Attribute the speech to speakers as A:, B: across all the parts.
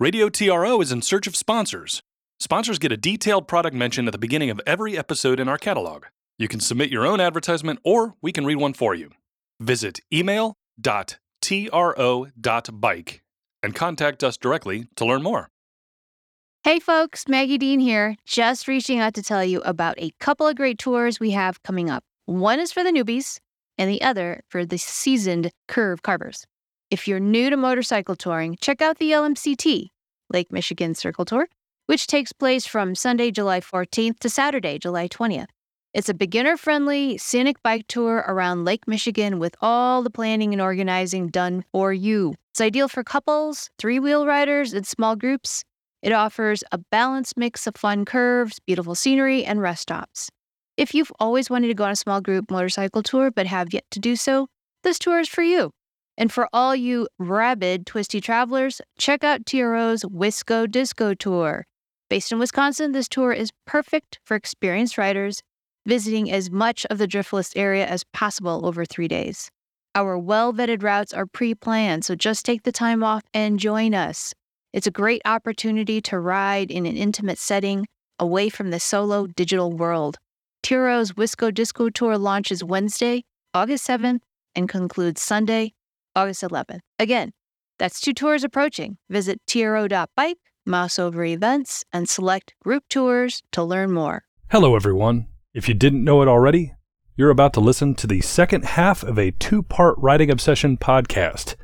A: Radio TRO is in search of sponsors. Sponsors get a detailed product mention at the beginning of every episode in our catalog. You can submit your own advertisement or we can read one for you. Visit email.tro.bike and contact us directly to learn more.
B: Hey folks, Maggie Dean here, just reaching out to tell you about a couple of great tours we have coming up. One is for the newbies, and the other for the seasoned curve carvers. If you're new to motorcycle touring, check out the LMCT, Lake Michigan Circle Tour, which takes place from Sunday, July 14th to Saturday, July 20th. It's a beginner friendly, scenic bike tour around Lake Michigan with all the planning and organizing done for you. It's ideal for couples, three wheel riders, and small groups. It offers a balanced mix of fun curves, beautiful scenery, and rest stops. If you've always wanted to go on a small group motorcycle tour but have yet to do so, this tour is for you. And for all you rabid, twisty travelers, check out TRO's Wisco Disco Tour. Based in Wisconsin, this tour is perfect for experienced riders visiting as much of the Driftless area as possible over three days. Our well vetted routes are pre planned, so just take the time off and join us. It's a great opportunity to ride in an intimate setting away from the solo digital world. Tiro's Wisco Disco Tour launches Wednesday, August 7th, and concludes Sunday, August 11th. Again, that's two tours approaching. Visit tiro.bike, mouse over events, and select group tours to learn more.
A: Hello, everyone. If you didn't know it already, you're about to listen to the second half of a two part Riding Obsession podcast.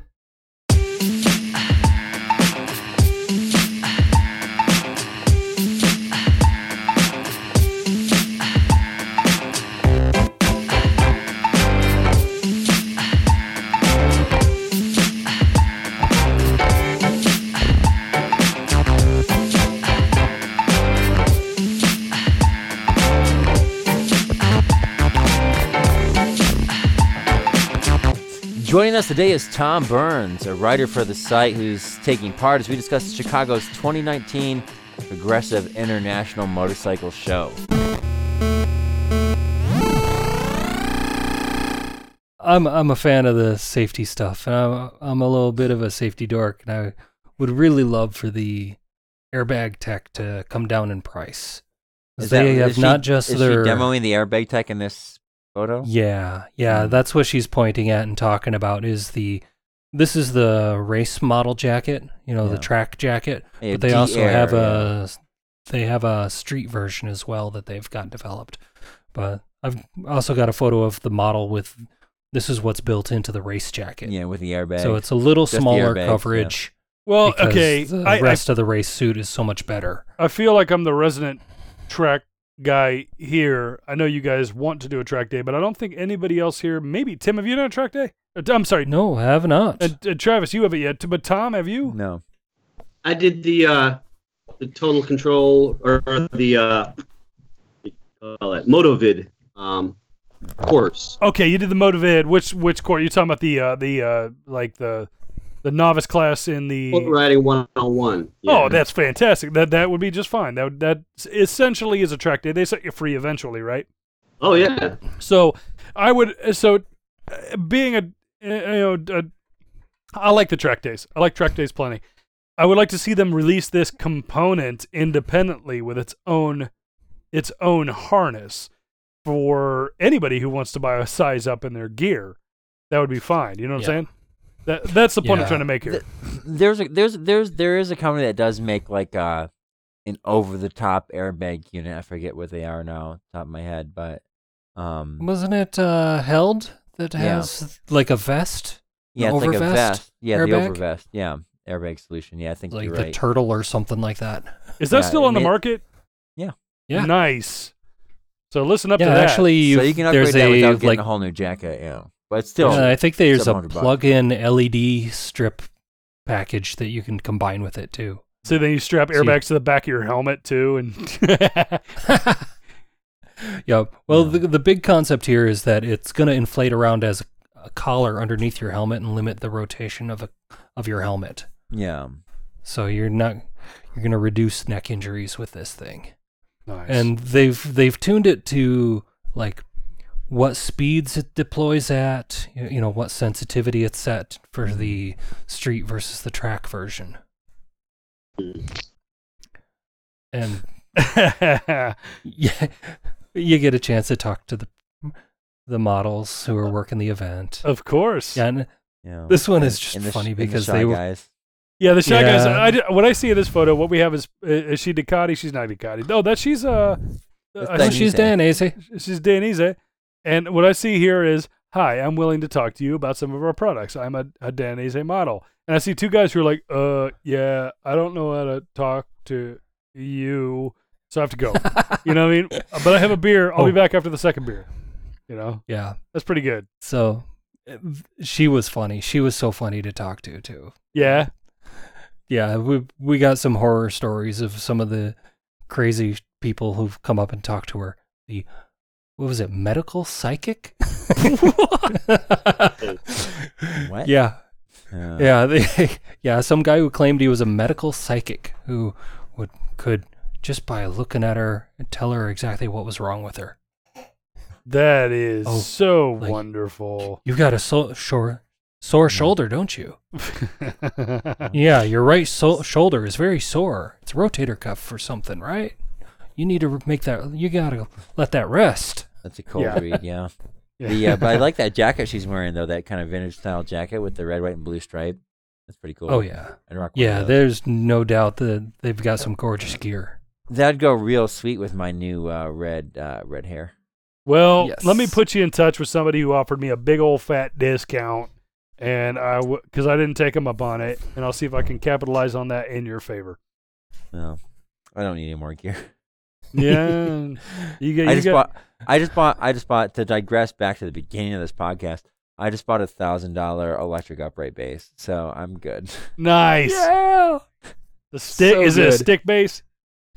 C: Joining us today is Tom Burns, a writer for the site who's taking part as we discuss Chicago's 2019 Progressive International Motorcycle Show.
D: I'm I'm a fan of the safety stuff, and I'm I'm a little bit of a safety dork, and I would really love for the airbag tech to come down in price. they
C: that-
D: have
C: is she-
D: not just
C: is
D: their
C: she demoing the airbag tech in this photo?
D: yeah
C: Hmm.
D: yeah that's what she's pointing at and talking about is the this is the race model jacket, you know,
C: Yeah.
D: the track jacket,
C: Yeah,
D: but they also
C: D-Air,
D: have a they have a street version as well that they've got developed. But I've also got a photo of the model with this is what's built into the race jacket.
C: Yeah, with the airbag.
D: So it's a little
C: Just the
D: smaller
C: airbags, yeah.
D: coverage.
E: Well,
D: because
E: Oh, okay,
D: The
E: I, I,
D: rest of the race suit is so much better.
E: I feel like I'm the resident track guy here. I know you guys want to do a track day, but I don't think anybody else here. Maybe Tim, have you done a track day? Uh, I'm sorry,
D: No, have not.
E: uh, uh, Travis, you haven't yet. T- But Tom, have you?
C: no.
F: I did the uh, the total control or or the uh, what do you call it motovid um, course.
E: Okay, you did the motivated. Which which court? You talking about the uh, the uh, like the the novice class in the?
F: Boat riding one on one.
E: Oh, that's fantastic. That that would be just fine. That would- that essentially is a track day. They set you free eventually, right?
F: Oh yeah.
E: So I would so uh, being a uh, you know a, I like the track days. I like track days plenty. I would like to see them release this component independently with its own its own harness for anybody who wants to buy a size up in their gear. That would be fine. You know what
D: Yeah.
E: I'm saying? That that's the point
D: Yeah.
E: I'm trying to make here.
C: There's a there's there's there is a company that does make like uh an over the top airbag unit. I forget what they are now, top of my head, but um
D: Wasn't it uh, held that
C: Yeah.
D: has like a vest?
C: Yeah, it's like a
D: overvest
C: vest. Yeah, the
D: airbag?
C: over vest. Yeah, airbag solution. Yeah, I think
D: Like
C: you're
D: the
C: right.
D: turtle or something like that.
E: Is that
C: yeah,
E: still on the
C: it-
E: market?
C: Yeah.
D: Yeah.
E: Nice. So listen up
D: yeah,
E: to that.
D: actually,
C: so
D: you've-
C: you can upgrade
D: there's
C: that
D: a
C: without getting
D: like
C: a whole new jacket. Yeah, but it's still.
D: yeah, I think there's a
C: 700 bucks.
D: plug-in LED strip package that you can combine with it too.
E: so then you strap
D: So you-
E: airbags to the back of your helmet too, and
D: Yep. Well,
C: Yeah.
D: the the big concept here is that it's going to inflate around as a collar underneath your helmet and limit the rotation of a of your helmet.
C: yeah.
D: So you're not you're going to reduce neck injuries with this thing.
E: nice.
D: And they've they've tuned it to like what speeds it deploys at, you you know, what sensitivity it's set for the street versus the track version. and yeah, you get a chance to talk to the the models who are working the event.
E: of course.
D: Yeah, and
C: Yeah.
D: This one is just
C: In the sh-
D: funny
C: in the
D: because
C: Shy
D: they were-
C: guys.
E: Yeah, the shy guys.
D: Yeah.
E: I, di- what I see in this photo, what we have is uh, is she Ducati? She's not Ducati. No, that she's uh,
C: That's
E: I
D: oh,
E: think
C: Danise.
D: she's Danese.
E: she's Danese. And what I see here is, hi, I'm willing to talk to you about some of our products. I'm a, a Danese model, and I see two guys who are like, uh, yeah, I don't know how to talk to you, so I have to go. you know what I mean? But I have a beer. I'll be
D: Oh.
E: back after the second beer. You know,
D: Yeah.
E: that's pretty good.
D: So uh, she was funny. She was so funny to talk to too.
E: Yeah,
D: Yeah, we we got some horror stories of some of the crazy people who've come up and talked to her. The what was it? Medical psychic?
C: What?
D: Yeah.
C: Yeah.
D: Yeah, they, yeah, some guy who claimed he was a medical psychic who would could just by looking at her and tell her exactly what was wrong with her.
E: that is
D: Oh,
E: so
D: like-
E: wonderful.
D: You've got a so, sore sore shoulder, don't you? Yeah, your right so- shoulder is very sore. It's rotator cuff for something, right? You need to re- make that. You gotta let that rest.
C: That's a cold
E: Yeah.
C: read, yeah. The, uh, but I like that jacket she's wearing though, that kind of vintage style jacket with the red, white, and blue stripe. That's pretty cool.
D: Oh yeah,
C: I'd rock one of
D: yeah.
C: those.
D: There's no doubt that they've got some gorgeous gear.
C: That'd go real sweet with my new uh, red uh, red hair.
E: Well,
D: Yes.
E: let me put you in touch with somebody who offered me a big old fat discount, and I because I I didn't take him up on it, and I'll see if I can capitalize on that in your favor.
C: No, I don't need any more gear.
E: Yeah, you get.
C: I
E: You
C: just
E: get
C: bought. I just bought. I just bought. To digress back to the beginning of this podcast, I just bought a thousand dollar electric upright bass, so I'm good.
E: nice.
D: Yeah.
E: The stick
D: So
E: is it a
D: good.
E: stick base?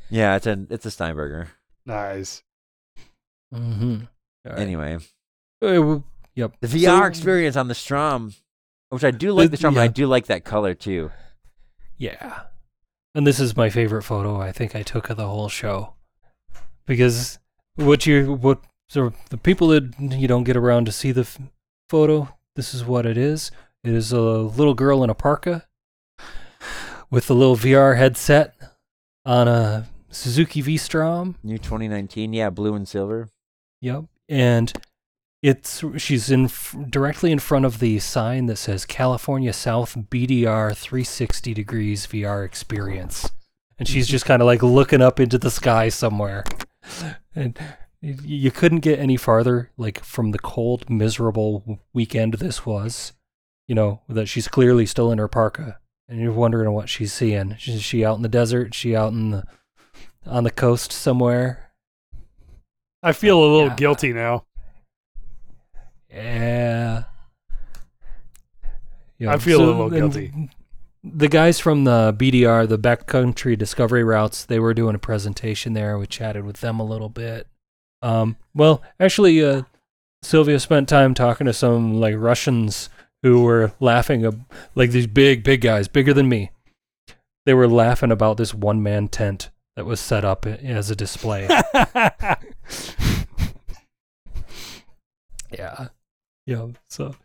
C: yeah, it's a it's a Steinberger.
E: Nice.
D: Mm-hmm.
C: Anyway,
D: yep.
C: the VR
D: So-
C: experience on the Strom, which I do like
D: The-
C: the Strom, and I
D: yeah.
C: do like that color too.
D: Yeah. And this is my favorite photo I think I took of the whole show. Because what you what so the people that you don't get around to see the f- photo, this is what it is. It is a little girl in a parka with a little VR headset on a Suzuki V-Strom.
C: New 2019, yeah, blue and silver.
D: Yep. And it's she's in f- directly in front of the sign that says California South BDR 360 degrees VR experience. And she's just kind of like looking up into the sky somewhere. And y- you couldn't get any farther like from the cold miserable w- weekend this was, you know, that she's clearly still in her parka. And you're wondering what she's seeing. Is she out in the desert? Is she out in the on the coast somewhere?
E: I feel a little
D: Yeah.
E: guilty now.
D: Yeah. Yeah,
E: I feel a little
D: then
E: guilty.
D: The guys from the BDR, the Backcountry Discovery Routes, they were doing a presentation there. We chatted with them a little bit. Um, well, actually, uh, Sylvia spent time talking to some like Russians who were laughing, ab- like these big, big guys, bigger than me. They were laughing about this one man tent that was set up a- as a display. yeah. Yeah. So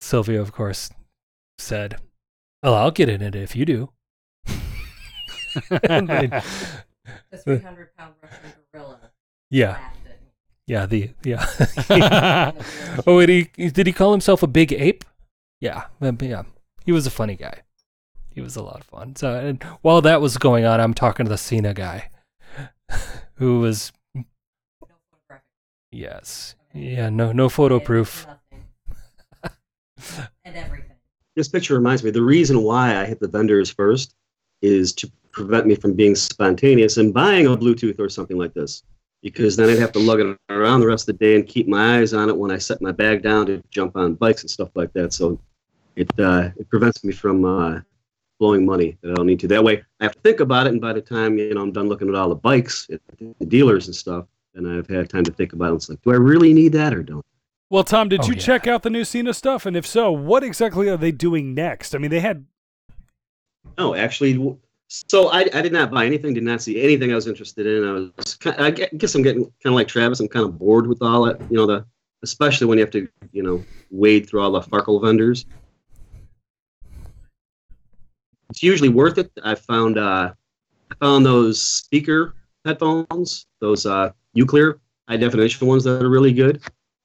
D: Sylvia, of course, said, Well, I'll get in it if you do. And they-
G: The 300 pound Russian gorilla
D: yeah.
G: laughed at me.
D: Yeah. The, yeah.
G: And the gorilla
D: oh, and he, did he call himself a big ape? Yeah. um, Yeah. He was a funny guy. He was a lot of fun. So, and while that was going on, I'm talking to the Cena guy who was,
G: no photographic
D: yes. Yeah. No, no photo
G: evidence,
D: proof.
G: nothing. and everything.
F: This picture reminds me the reason why I hit the vendors first is to prevent me from being spontaneous and buying a Bluetooth or something like this. Because then I'd have to lug it around the rest of the day and keep my eyes on it when I set my bag down to jump on bikes and stuff like that. So it uh, it prevents me from uh, blowing money that I don't need to. That way, I have to think about it, and by the time you know I'm done looking at all the bikes at the dealers and stuff, then I've had time to think about it. It's like, do I really need that or don't?
E: Well, Tom, did
D: Oh,
E: you
D: yeah.
E: check out the new Cena stuff? And if so, what exactly are they doing next? I mean, they had
F: No, actually, w- so I, I did not buy anything. Did not see anything I was interested in. I was ki- I gue- guess I'm getting kind of like Travis. I'm kind of bored with all that. You know the especially when you have to you know wade through all the Farkle vendors. It's usually worth it. I found uh, I found those speaker headphones, those uh, Uclear high definition ones that are really good.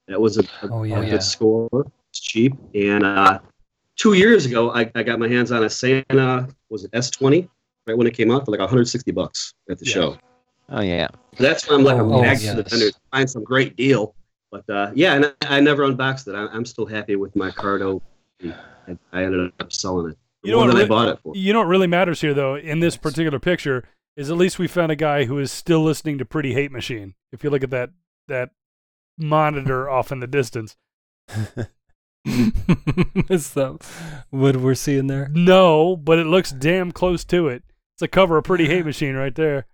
F: That was a, a-
D: Oh,
F: a
D: yeah.
F: good
C: Yeah.
F: score. It's cheap. And uh, two years ago, I, I got my hands on a Santa, was it S20? Right when it came out for like 160 bucks at the
E: Yeah.
F: show.
C: Oh yeah.
F: That's why I'm like,
D: Oh,
F: I'm back to the
D: yes.
F: vendors, find some great deal. But uh, yeah, and I, I never unboxed it. I, I'm still happy with my Cardo. I, I ended up selling it.
E: You
F: The
E: know
F: one
E: what
F: that I
E: really-
F: bought it for.
E: You know what really matters here, though, in this particular picture, is at least we found a guy who is still listening to Pretty Hate Machine. If you look at that that monitor off in the distance,
D: Is that what we're seeing there?
E: no, but it looks damn close to it. It's a cover of Pretty Hate Machine right there.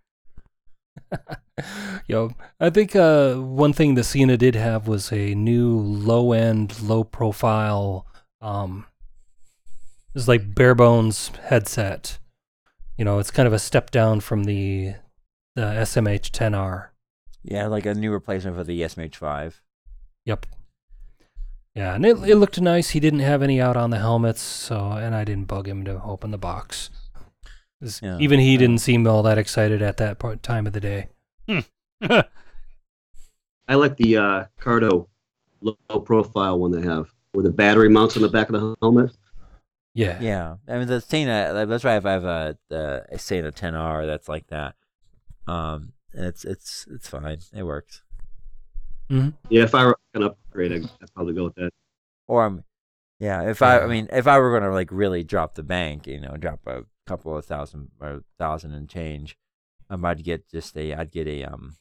D: Yo, I think uh, one thing the Sienna did have was a new low end, low profile, um, it was like bare bones headset. You know, it's kind of a step down from the the SMH 10R.
C: Yeah, like a new replacement for the SMH5.
D: Yep. Yeah, and it, it looked nice. He didn't have any out on the helmets, so and I didn't bug him to open the box. 'Cause
C: Yeah,
D: even he
C: yeah.
D: didn't seem all that excited at that part, time of the day.
F: I like the uh, Cardo low profile one they have, where the battery mounts on the back of the helmet.
D: Yeah.
C: Yeah, I mean the Sena. That's right. I have a the a Sena 10R that's like that. Um, and it's it's it's fine. It works.
F: Yeah, if I were gonna upgrade, I'd, I'd probably go with that.
C: Or I'm, yeah. If I,
D: Yeah.
C: I mean, if I were gonna like really drop the bank, you know, drop a couple of thousand or thousand and change, I might get just a. I'd get a um.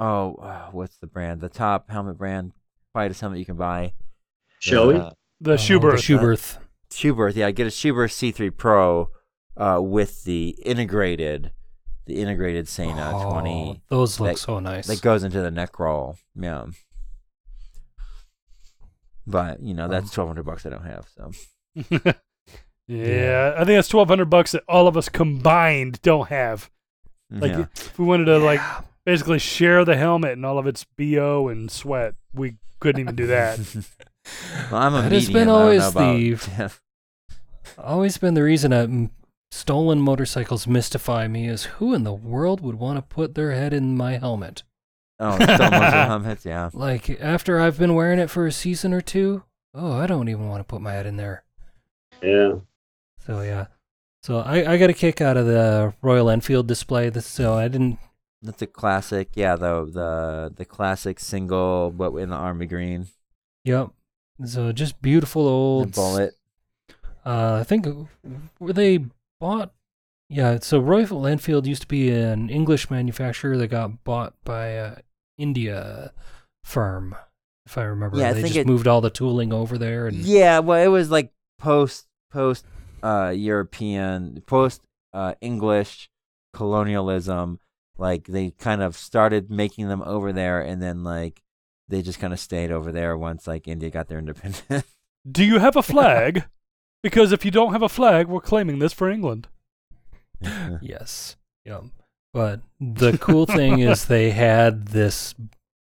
C: Oh, uh, what's the brand? The top helmet brand, probably to something you can buy.
F: Shall we?
C: Uh,
E: The
D: Uh,
E: Schubert.
D: The Schubert.
C: Schubert, yeah, I get a Schubert C3 Pro uh, with the integrated, the integrated Sana
D: Oh,
C: 20
D: Those look
C: that-
D: so nice.
C: that goes into the neck roll. Yeah, but you know
D: Um,
C: that's twelve hundred bucks I don't have. So
E: yeah, I think that's twelve hundred bucks that all of us combined don't have. Like,
C: yeah.
E: if we wanted to like basically share the helmet and all of its bo and sweat, we couldn't even do that.
C: Well, I'm a
D: That has
C: medium,
D: been
C: I don't
D: always
C: know about-
D: the-
C: Yeah.
D: Always been the reason that m- stolen motorcycles mystify me is who in the world would want to put their head in my helmet?
C: Oh, it's still mostly helmets, yeah.
D: Like after I've been wearing it for a season or two, oh, I don't even want to put my head in there.
F: Yeah,
D: So yeah. So I, I got a kick out of the Royal Enfield display. This, so I didn't.
C: That's a classic, yeah. The the the classic single, but in the army green,
D: Yep. So just beautiful
C: the
D: old.
C: bullet.
D: Uh, I think were they bought? Yeah. So Royal Enfield used to be an English manufacturer that got bought by a India firm, if I remember.
C: Yeah, I
D: they
C: think
D: just
C: it-
D: moved all the tooling over there and
C: Yeah, well, it was like post post uh, European, post uh, English colonialism. Like they kind of started making them over there, and then like they just kind of stayed over there once like India got their independence.
E: do you have a flag? Because if you don't have a flag, we're claiming this for England.
D: Yes. Yeah. But the cool thing is they had this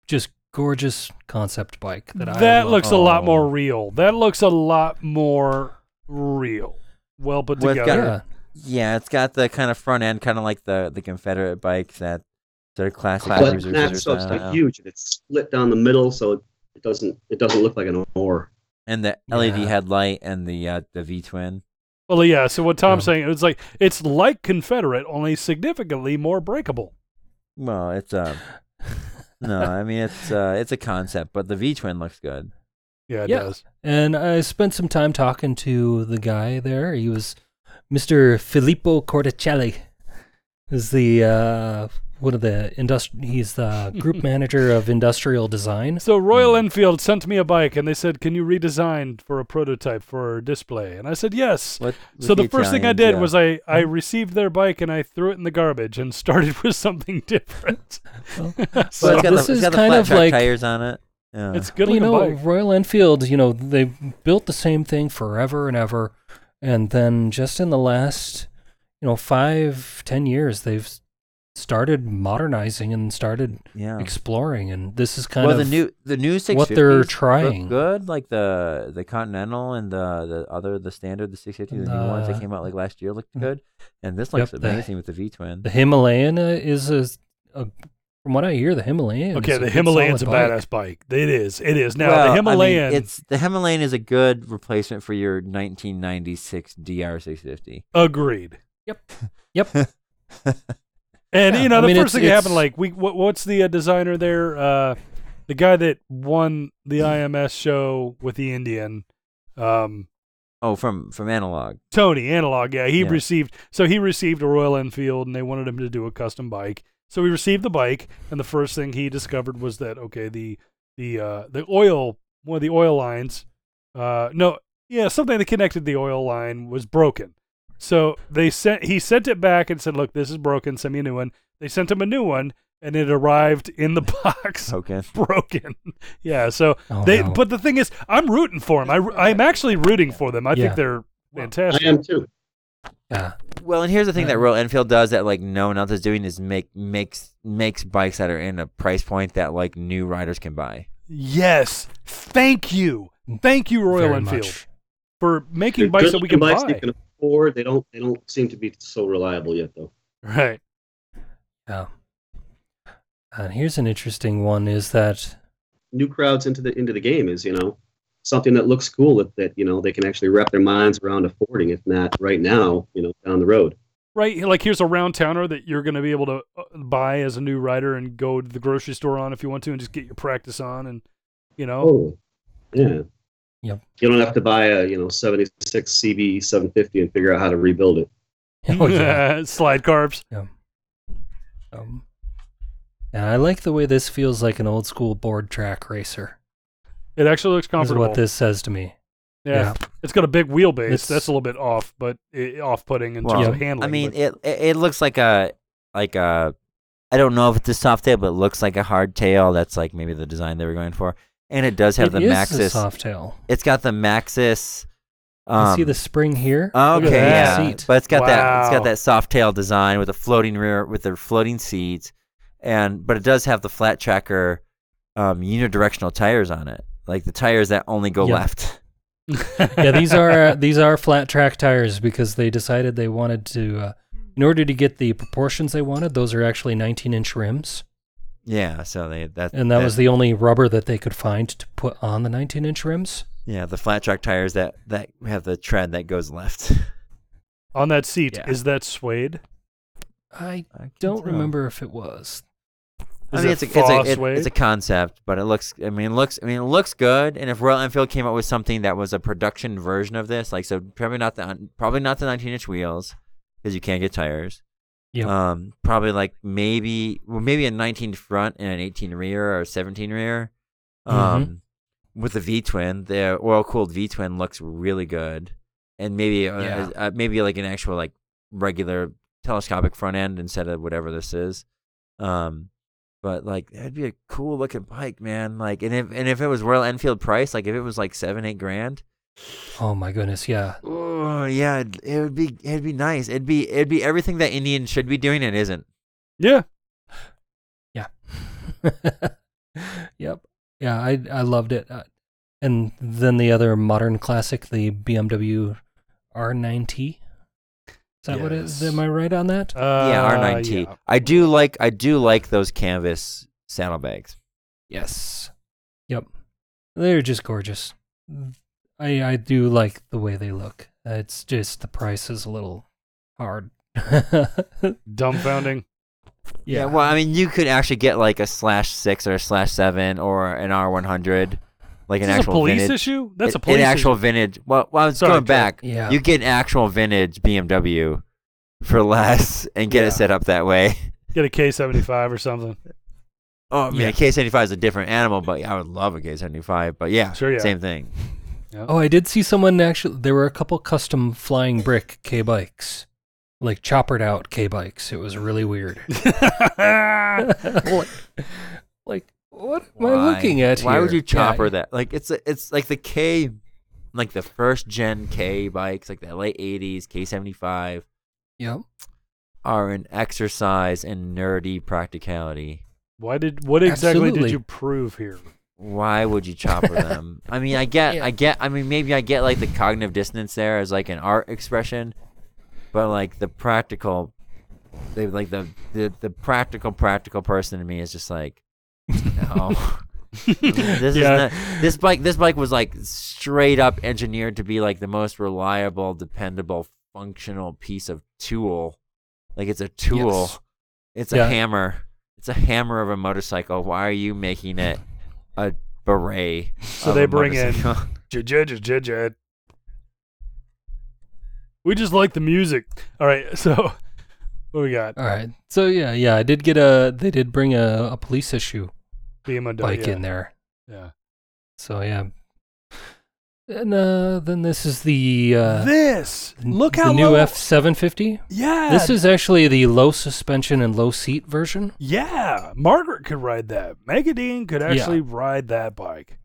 D: just gorgeous concept bike that I
E: that
D: love.
E: looks a lot more
C: Oh.
E: real. That looks a lot more real. Well put
C: Well, it's
E: together.
C: got-
D: yeah.
C: yeah, it's got the kind of front end, kind of like the the Confederate bikes that sort of classic.
F: but
C: cruiser-
F: not
C: cruiser
F: so, it's
C: style.
F: not huge. and It's split down the middle, so it doesn't it doesn't look like an oar.
C: and the LED
D: Yeah.
C: headlight and the uh, the V twin.
E: Well, yeah. So what Tom's
D: Yeah.
E: saying, it's like it's like Confederate, only significantly more breakable.
C: Well, it's um, no, I mean it's uh, it's a concept, but the V twin looks good.
E: Yeah, it
D: Yeah.
E: does.
D: And I spent some time talking to the guy there. He was Mr. Filippo Corticelli. Is the uh, one of the industri- he's the group manager of industrial design.
E: So Royal
D: Hmm.
E: Enfield sent me a bike, and they said, "Can you redesign for a prototype for display?" And I said, "Yes."
C: What,
E: So the first thing I did was
C: I
E: I, I
D: Hmm.
E: received their bike and I threw it in the garbage and started with something different.
D: Well,
E: so
C: got
D: it's this
C: the,
D: is
C: it's got the
D: kind
C: flat
D: of
C: track
D: like-
C: tires on it. Yeah.
E: it's a good
D: Well, you
E: looking
D: know,
E: bike.
D: Royal Enfield, you know, they built the same thing forever and ever, and then just in the last, you know, five, ten years, they've started modernizing and started
C: Yeah.
D: exploring, and this is kind
C: well,
D: of
C: the new the new six
D: what they're trying.
C: good, like the the Continental and the the other the standard the six fifty the, new ones
D: The-
C: that came out like last year looked
D: Mm.
C: good, and this looks
D: Yep, the-
C: amazing with the V twin.
D: the Himalayan uh, is a, a from what I hear, the Himalayan.
E: Okay,
D: is
E: the
D: good,
E: Himalayan's a
D: solid bike.
E: badass bike. It is. It is. Now
C: Well, I
E: the
C: mean,
E: Himalayan.
C: it's the Himalayan is a good replacement for your 1996 DR 650.
E: Agreed.
D: Yep.
E: And
D: Yeah,
E: you know
D: I
E: the
D: mean,
E: first
D: it's-
E: thing that happened,
D: it's-
E: like we what, what's the uh, designer there? Uh, the guy that won the IMS show with the Indian, um,
C: Oh, from from analog.
E: Tony Analog. Yeah, he
C: Yeah.
E: received. So he received a Royal Enfield, and they wanted him to do a custom bike. So he received the bike, and the first thing he discovered was that okay, the the uh, the oil one of the oil lines, uh, no, yeah, something that connected the oil line was broken. So they sent he sent it back and said, "Look, this is broken. Send me a new one." They sent him a new one, and it arrived in the box
C: Okay.
E: broken. yeah. So
D: Oh,
E: they.
D: no.
E: But the thing is, I'm rooting for them. I I'm actually rooting for them. I
D: Yeah.
E: think they're
F: I
E: fantastic.
F: am too.
D: Yeah.
C: Well, and here's the thing
D: Uh,
C: that Royal Enfield does that like no one else is doing is make makes makes bikes that are in a price point that like new riders can buy.
E: Yes. Thank you. Thank you, Royal
D: very
E: Enfield,
D: much.
E: for making
F: They're
E: bikes
F: good
E: that we can
F: bikes
E: buy.
F: They can afford. They don't. They don't seem to be so reliable yet, though.
E: Right.
D: Yeah. And here's an interesting one: is that
F: New crowds into the into the game is you know something that looks cool that, that you know they can actually wrap their minds around affording, if not right now, you know, down the road.
E: Right. Like here's a round towner that you're going to be able to uh, buy as a new rider and go to the grocery store on if you want to and just get your practice on and you know.
F: Oh, yeah.
D: Yep.
F: You don't have to buy a you know seventy six CB seven fifty and figure out how to rebuild it.
D: oh yeah,
E: slide carbs.
D: um, and I like the way this feels like an old school board track racer.
E: It actually looks
D: Is
E: comfortable.
D: what this says to me.
E: yeah. It's got a big wheelbase.
D: It's-
E: That's a little bit off, but eh, off-putting in
C: Well,
E: terms of
D: yeah.
E: handling.
C: I mean,
E: but-
C: it it it looks like a like a I don't know if it's a soft tail, but it looks like a hard tail. That's like maybe the design they were going for. And it does have
D: It
C: the
D: is a
C: Maxis.
D: soft tail.
C: It's got the Maxis. Um,
D: you see the spring here? Look at
C: Okay,
D: that
C: yeah,
D: seat.
C: but it's got that it's
E: Wow.
C: got that soft tail design with a floating rear with the floating seats, and but it does have the flat tracker, um, unidirectional tires on it, like the tires that only go
D: Yeah.
C: left.
D: yeah, these are uh, these are flat track tires because they decided they wanted to, uh, in order to get the proportions they wanted, those are actually 19 inch rims,
C: Yeah, so they that
D: and that was the only rubber that they could find to put on the 19 inch rims.
C: yeah the flat track tires that that have the tread that goes left.
E: on that seat,
D: Yeah.
E: is that suede?
D: I
C: I can't
D: don't
C: tell.
D: remember if it was.
C: I
E: Is
C: mean,
E: it
C: it's a, it's, a,
E: false
C: it-
E: weight?
C: it's a concept, but it looks. I mean, it looks. I mean, it looks good. And if Royal Enfield came up with something that was a production version of this, like so, probably not the hun- probably not the 19 inch wheels, because you can't get tires.
D: Yep.
C: Um, probably like maybe well, maybe a 19 front and an 18 rear or a 17 rear. Um, with the V twin, the oil cooled V twin looks really good, and maybe uh,
D: Yeah.
C: uh, maybe like an actual like regular telescopic front end instead of whatever this is. Um, but like that'd be a cool looking bike, man. Like, and if and if it was Royal Enfield price, like if it was like seven eight grand,
D: Oh my goodness, yeah.
C: oh yeah, it'd- it would be it'd be nice. It'd be it'd be everything that Indian should be doing and isn't.
E: Yeah.
D: Yeah. yep. Yeah, I I loved it. Uh, and then the other modern classic, the BMW R9T. Is that what it is?
E: Yes.
D: Am I right on that?
E: Uh,
C: yeah, R nine T.
E: yeah.
C: I do like I do like those canvas saddlebags.
D: Yes. Yep. They're just gorgeous. I I do like the way they look. Uh, It's just the price is a little hard. yeah.
E: Dumbfounding.
C: Yeah. well, I mean, you could actually get like a slash six or a slash seven or an R one hundred, like
E: Is
C: an
E: this a
C: actual
E: police
C: vintage.
E: issue? That's
C: an-
E: a police
C: an actual vintage. Well, well I was
E: Sorry,
C: going
E: Joe.
C: back.
D: Yeah.
C: You get an actual vintage BMW for less and get
E: Yeah.
C: it set up that way.
E: issue. Get a K seventy five or something.
C: Oh, I mean,
D: Yeah.
C: a K seventy five is a different animal, but I would love a K seventy five. But yeah,
E: Sure, yeah.
C: same thing.
D: Oh, I did see someone actually. There were a couple custom flying brick K bikes, like choppered out K bikes. It was really weird. like, like, what am I
C: Why?
D: looking at
C: Why
D: here?
C: would you
D: Yeah,
C: chopper that? Like it's a, it's like the K, like the first gen K bikes, like the late eighties K seventy five.
D: Yep.
C: are an exercise in nerdy practicality.
E: Why did what exactly
D: Absolutely.
E: did you prove here?
C: Why would you chopper them? I mean, I get, I get, I mean, maybe I get like the cognitive dissonance there as like an art expression, but like the practical, they like the the, the practical practical person in me is just like, no. this
E: Yeah.
C: is not, this bike this bike was like straight up engineered to be like the most reliable dependable functional piece of tool like it's a tool
D: Yes.
C: it's
D: Yeah.
C: a hammer it's a hammer of a motorcycle why are you making it a beret
E: So
C: of
E: they
C: a
E: bring in-
C: motorcycle?
E: J-j-j-j-j. We just like the music. All right, so what we got?
D: All right. So yeah, yeah, I did get a. They did bring a, a police issue
E: BMO
C: Oh,
D: bike
E: yeah.
D: in there.
E: Yeah.
D: So yeah. And uh, then this is the uh,
E: this look
D: the
E: how
D: new
E: low-
D: F seven fifty.
E: Yeah.
D: This is actually the low suspension and low seat version.
E: Yeah, Margaret could ride that. Megadine could actually ride that bike.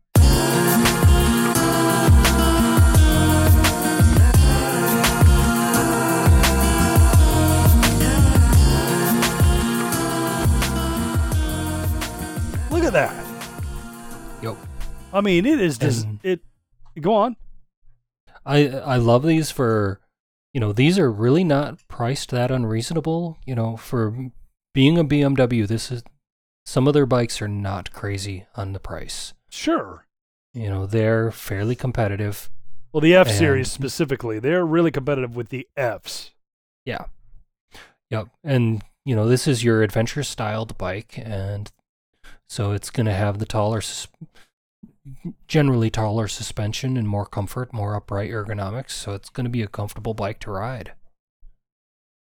E: Look at that.
D: Yep.
E: I mean, it is just
D: And-
E: it. Go on.
D: I I love these for you know these are really not priced that unreasonable you know for being a BMW this is some of their bikes are not crazy on the price
E: Sure.
D: you know they're fairly competitive
E: Well, the F
D: And-
E: series specifically, they're really competitive with the Fs.
D: yeah yep and you know this is your adventure styled bike and so it's going to have the taller sus- generally taller suspension and more comfort more upright ergonomics so it's going to be a comfortable bike to ride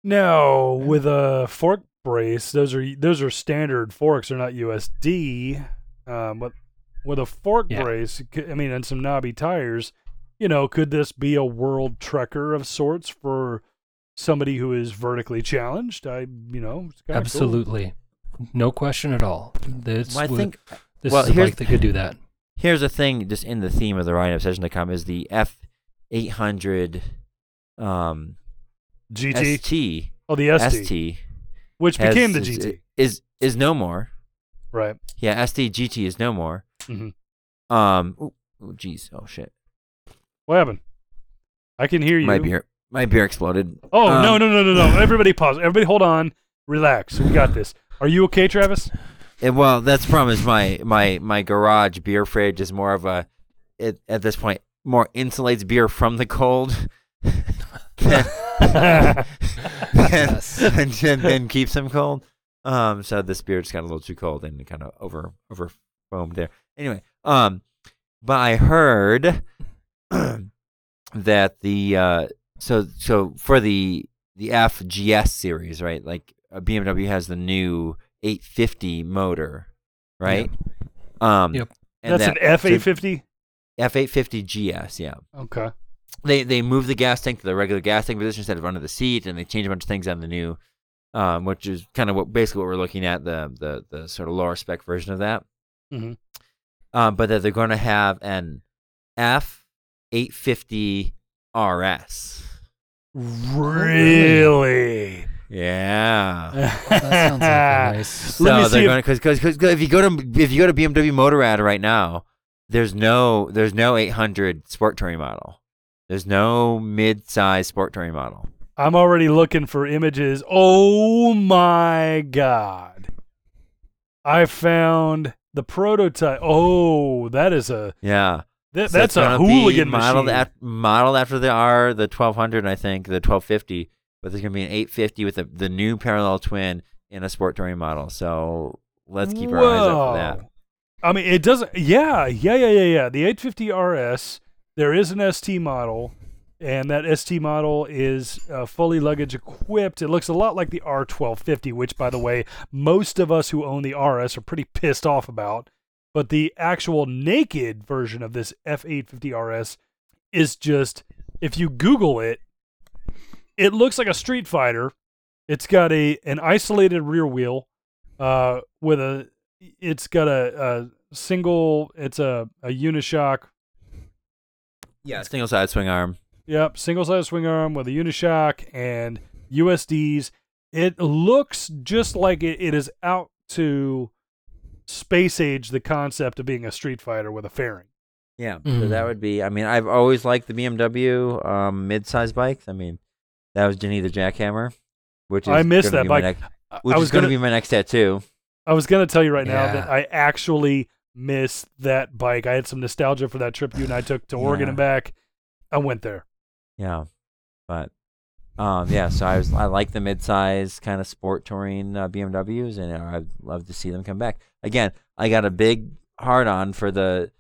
E: No, with a fork brace, those are those are standard forks. They're not USD. Um, but with a fork
D: Yeah.
E: brace, it could- I mean, and some knobby tires, you know, could this be a world trekker of sorts for somebody who is vertically challenged? I, you know, it's kinda cool.
D: Absolutely. No question at all. This,
C: Well, i
D: would-
C: think
D: this
C: well,
D: is a
C: here's-
D: bike that could do that.
C: here's the thing just in the theme of the ride obsession.com is the f800 um
E: GT.
C: st
E: oh, the ST,
C: ST
E: which
C: has- uh,
E: became the
C: is-
E: GT,
C: is is no more
E: right?
C: Yeah, SD GT is no more.
E: Mhm.
C: Um, ooh, ooh, jeez, oh shit,
E: What happened? I can hear you.
C: my beer, my beer exploded.
E: Oh
C: Um,
E: no no no no no! Everybody pause. Everybody hold on. Relax. We got this. Are you okay, Travis?
C: it- well, that's the problem. Is my my my garage beer fridge is more of a, it at this point more insulates beer from the cold. than, than,
D: Yes.
C: than, than keeps them cold. Um, so this beer just got a little too cold and it kind of over over foamed there. Anyway, um, but I heard that the uh, so so for the the FGS series, right? Like uh, BMW has the new 850 motor, right? Um,
D: Yep.
C: and
E: That's
C: that-
E: an F eight fifty.
C: F850 GS, yeah
E: Okay.
C: they they move the gas tank to the regular gas tank position instead of under the seat, and they change a bunch of things on the new, um, which is kind of what basically what we're looking at the the the sort of lower spec version of that.
D: Mm-hmm.
E: Mhm.
C: Um, but that they're going to have an F eight fifty RS.
E: Really?
C: Yeah.
D: That sounds like a nice.
C: So
E: Let me see
C: they're
E: if-
C: going because because if you go to if you go to BMW Motorrad right now, there's no there's no 800 Sport Touring model. There's no mid-size Sport Touring model.
E: I'm already looking for images. Oh my god. I found the prototype. Oh, that is a
C: Yeah.
E: that,
C: So
E: that's
C: it's
E: a
C: gonna be
E: hooligan
C: modeled
E: machine.
C: af- modeled after the R, the 1200, I think, the 1250. But there's gonna be an 850 with the, the new parallel twin in a sport touring model. So let's keep our eyes out for that.
E: Whoa. I mean, it doesn't. Yeah, yeah, yeah, yeah, yeah. The 850 RS. There is an ST model, and that ST model is uh, fully luggage equipped. It looks a lot like the R1250, which, by the way, most of us who own the RS are pretty pissed off about. But the actual naked version of this F850 RS is just, if you Google it, it looks like a Street Fighter. It's got a an isolated rear wheel uh, with a it's got a, a single it's a, a unishock
C: Yeah, single side swing arm.
E: yep single side swing arm with a unishock and usds It looks just like it, it is out to space age the concept of being a Street Fighter with a fairing.
C: Yeah, so
E: Mm-hmm.
D: Mhm.
C: that would be. I mean, I've always liked the BMW um, mid-size bikes. I mean, that was Jenny the Jackhammer, which is
E: I missed
C: gonna
E: that
C: be my
E: bike.
C: next-
E: I-
C: which
E: I
C: was
E: was
C: going
E: gonna,
C: to be my next tattoo.
E: I was gonna tell you right now that
D: Yeah.
E: I actually miss that bike. I had some nostalgia for that trip you and I took to Oregon
C: Yeah.
E: and back. I went there.
C: Yeah, but um, yeah. So I was I like the mid-size kind of sport touring uh, BMWs, and I'd love to see them come back again. I got a big hard on for the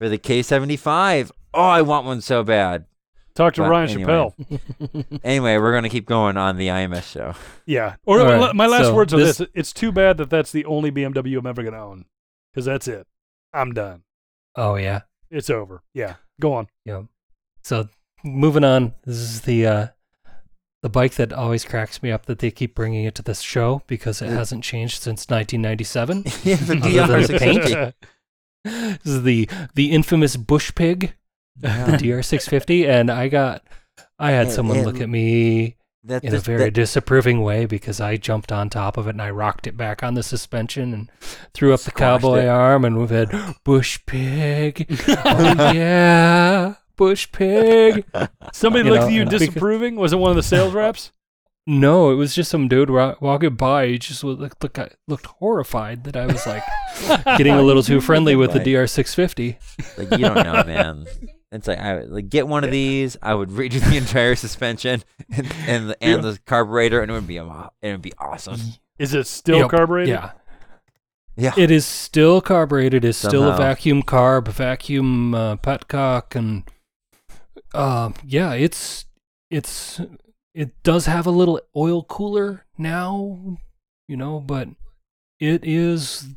C: for the K75. Oh, I want one so bad.
E: Talked to
C: But
E: Ryan
C: anyway.
E: Chappelle.
C: Anyway, we're gonna keep going on the IMS show.
E: Yeah. Or
D: All
E: or
D: right,
E: la- my last
D: so
E: words are
D: this-
E: this. It's too bad that that's the only BMW I'm ever gonna own because that's it. I'm done.
D: oh yeah.
E: It's over. Yeah. Go on.
D: So moving on, this is the uh, the bike that always cracks me up that they keep bringing it to this show because it hasn't changed since 1997.
C: yeah, the
D: Other than the
C: DR650.
D: paint. this is the the infamous bush pig, the
C: Yeah.
D: DR650, and I got I had
C: And-
D: someone
C: and
D: look at me
C: That-
D: in a
C: that-
D: very
C: that-
D: disapproving way because I jumped on top of it and I rocked it back on the suspension and threw up the
C: Squashed
D: cowboy
C: it.
D: arm and we've had bush pig. oh yeah, bush pig.
E: Somebody
D: You
E: looked
D: know,
E: at you
D: and- because-
E: disapproving. Was it one of the sales reps?
D: No, it was just some dude wa- walking by. He just wa- looked look, looked horrified that I was like getting a little too friendly with the
C: Like-
D: DR650.
C: Like you don't know, man. It's like I would- like get one of these. I would redo the entire suspension and and, the- and the carburetor, and it would be a mo- it would be awesome.
E: Is it still
D: Yep,
E: carbureted?
D: Yeah.
C: Yeah,
D: It is still carbureted. It's still a
C: Somehow.
D: vacuum carb, a vacuum uh, petcock, and um, yeah, it's it's it does have a little oil cooler now, you know, but it is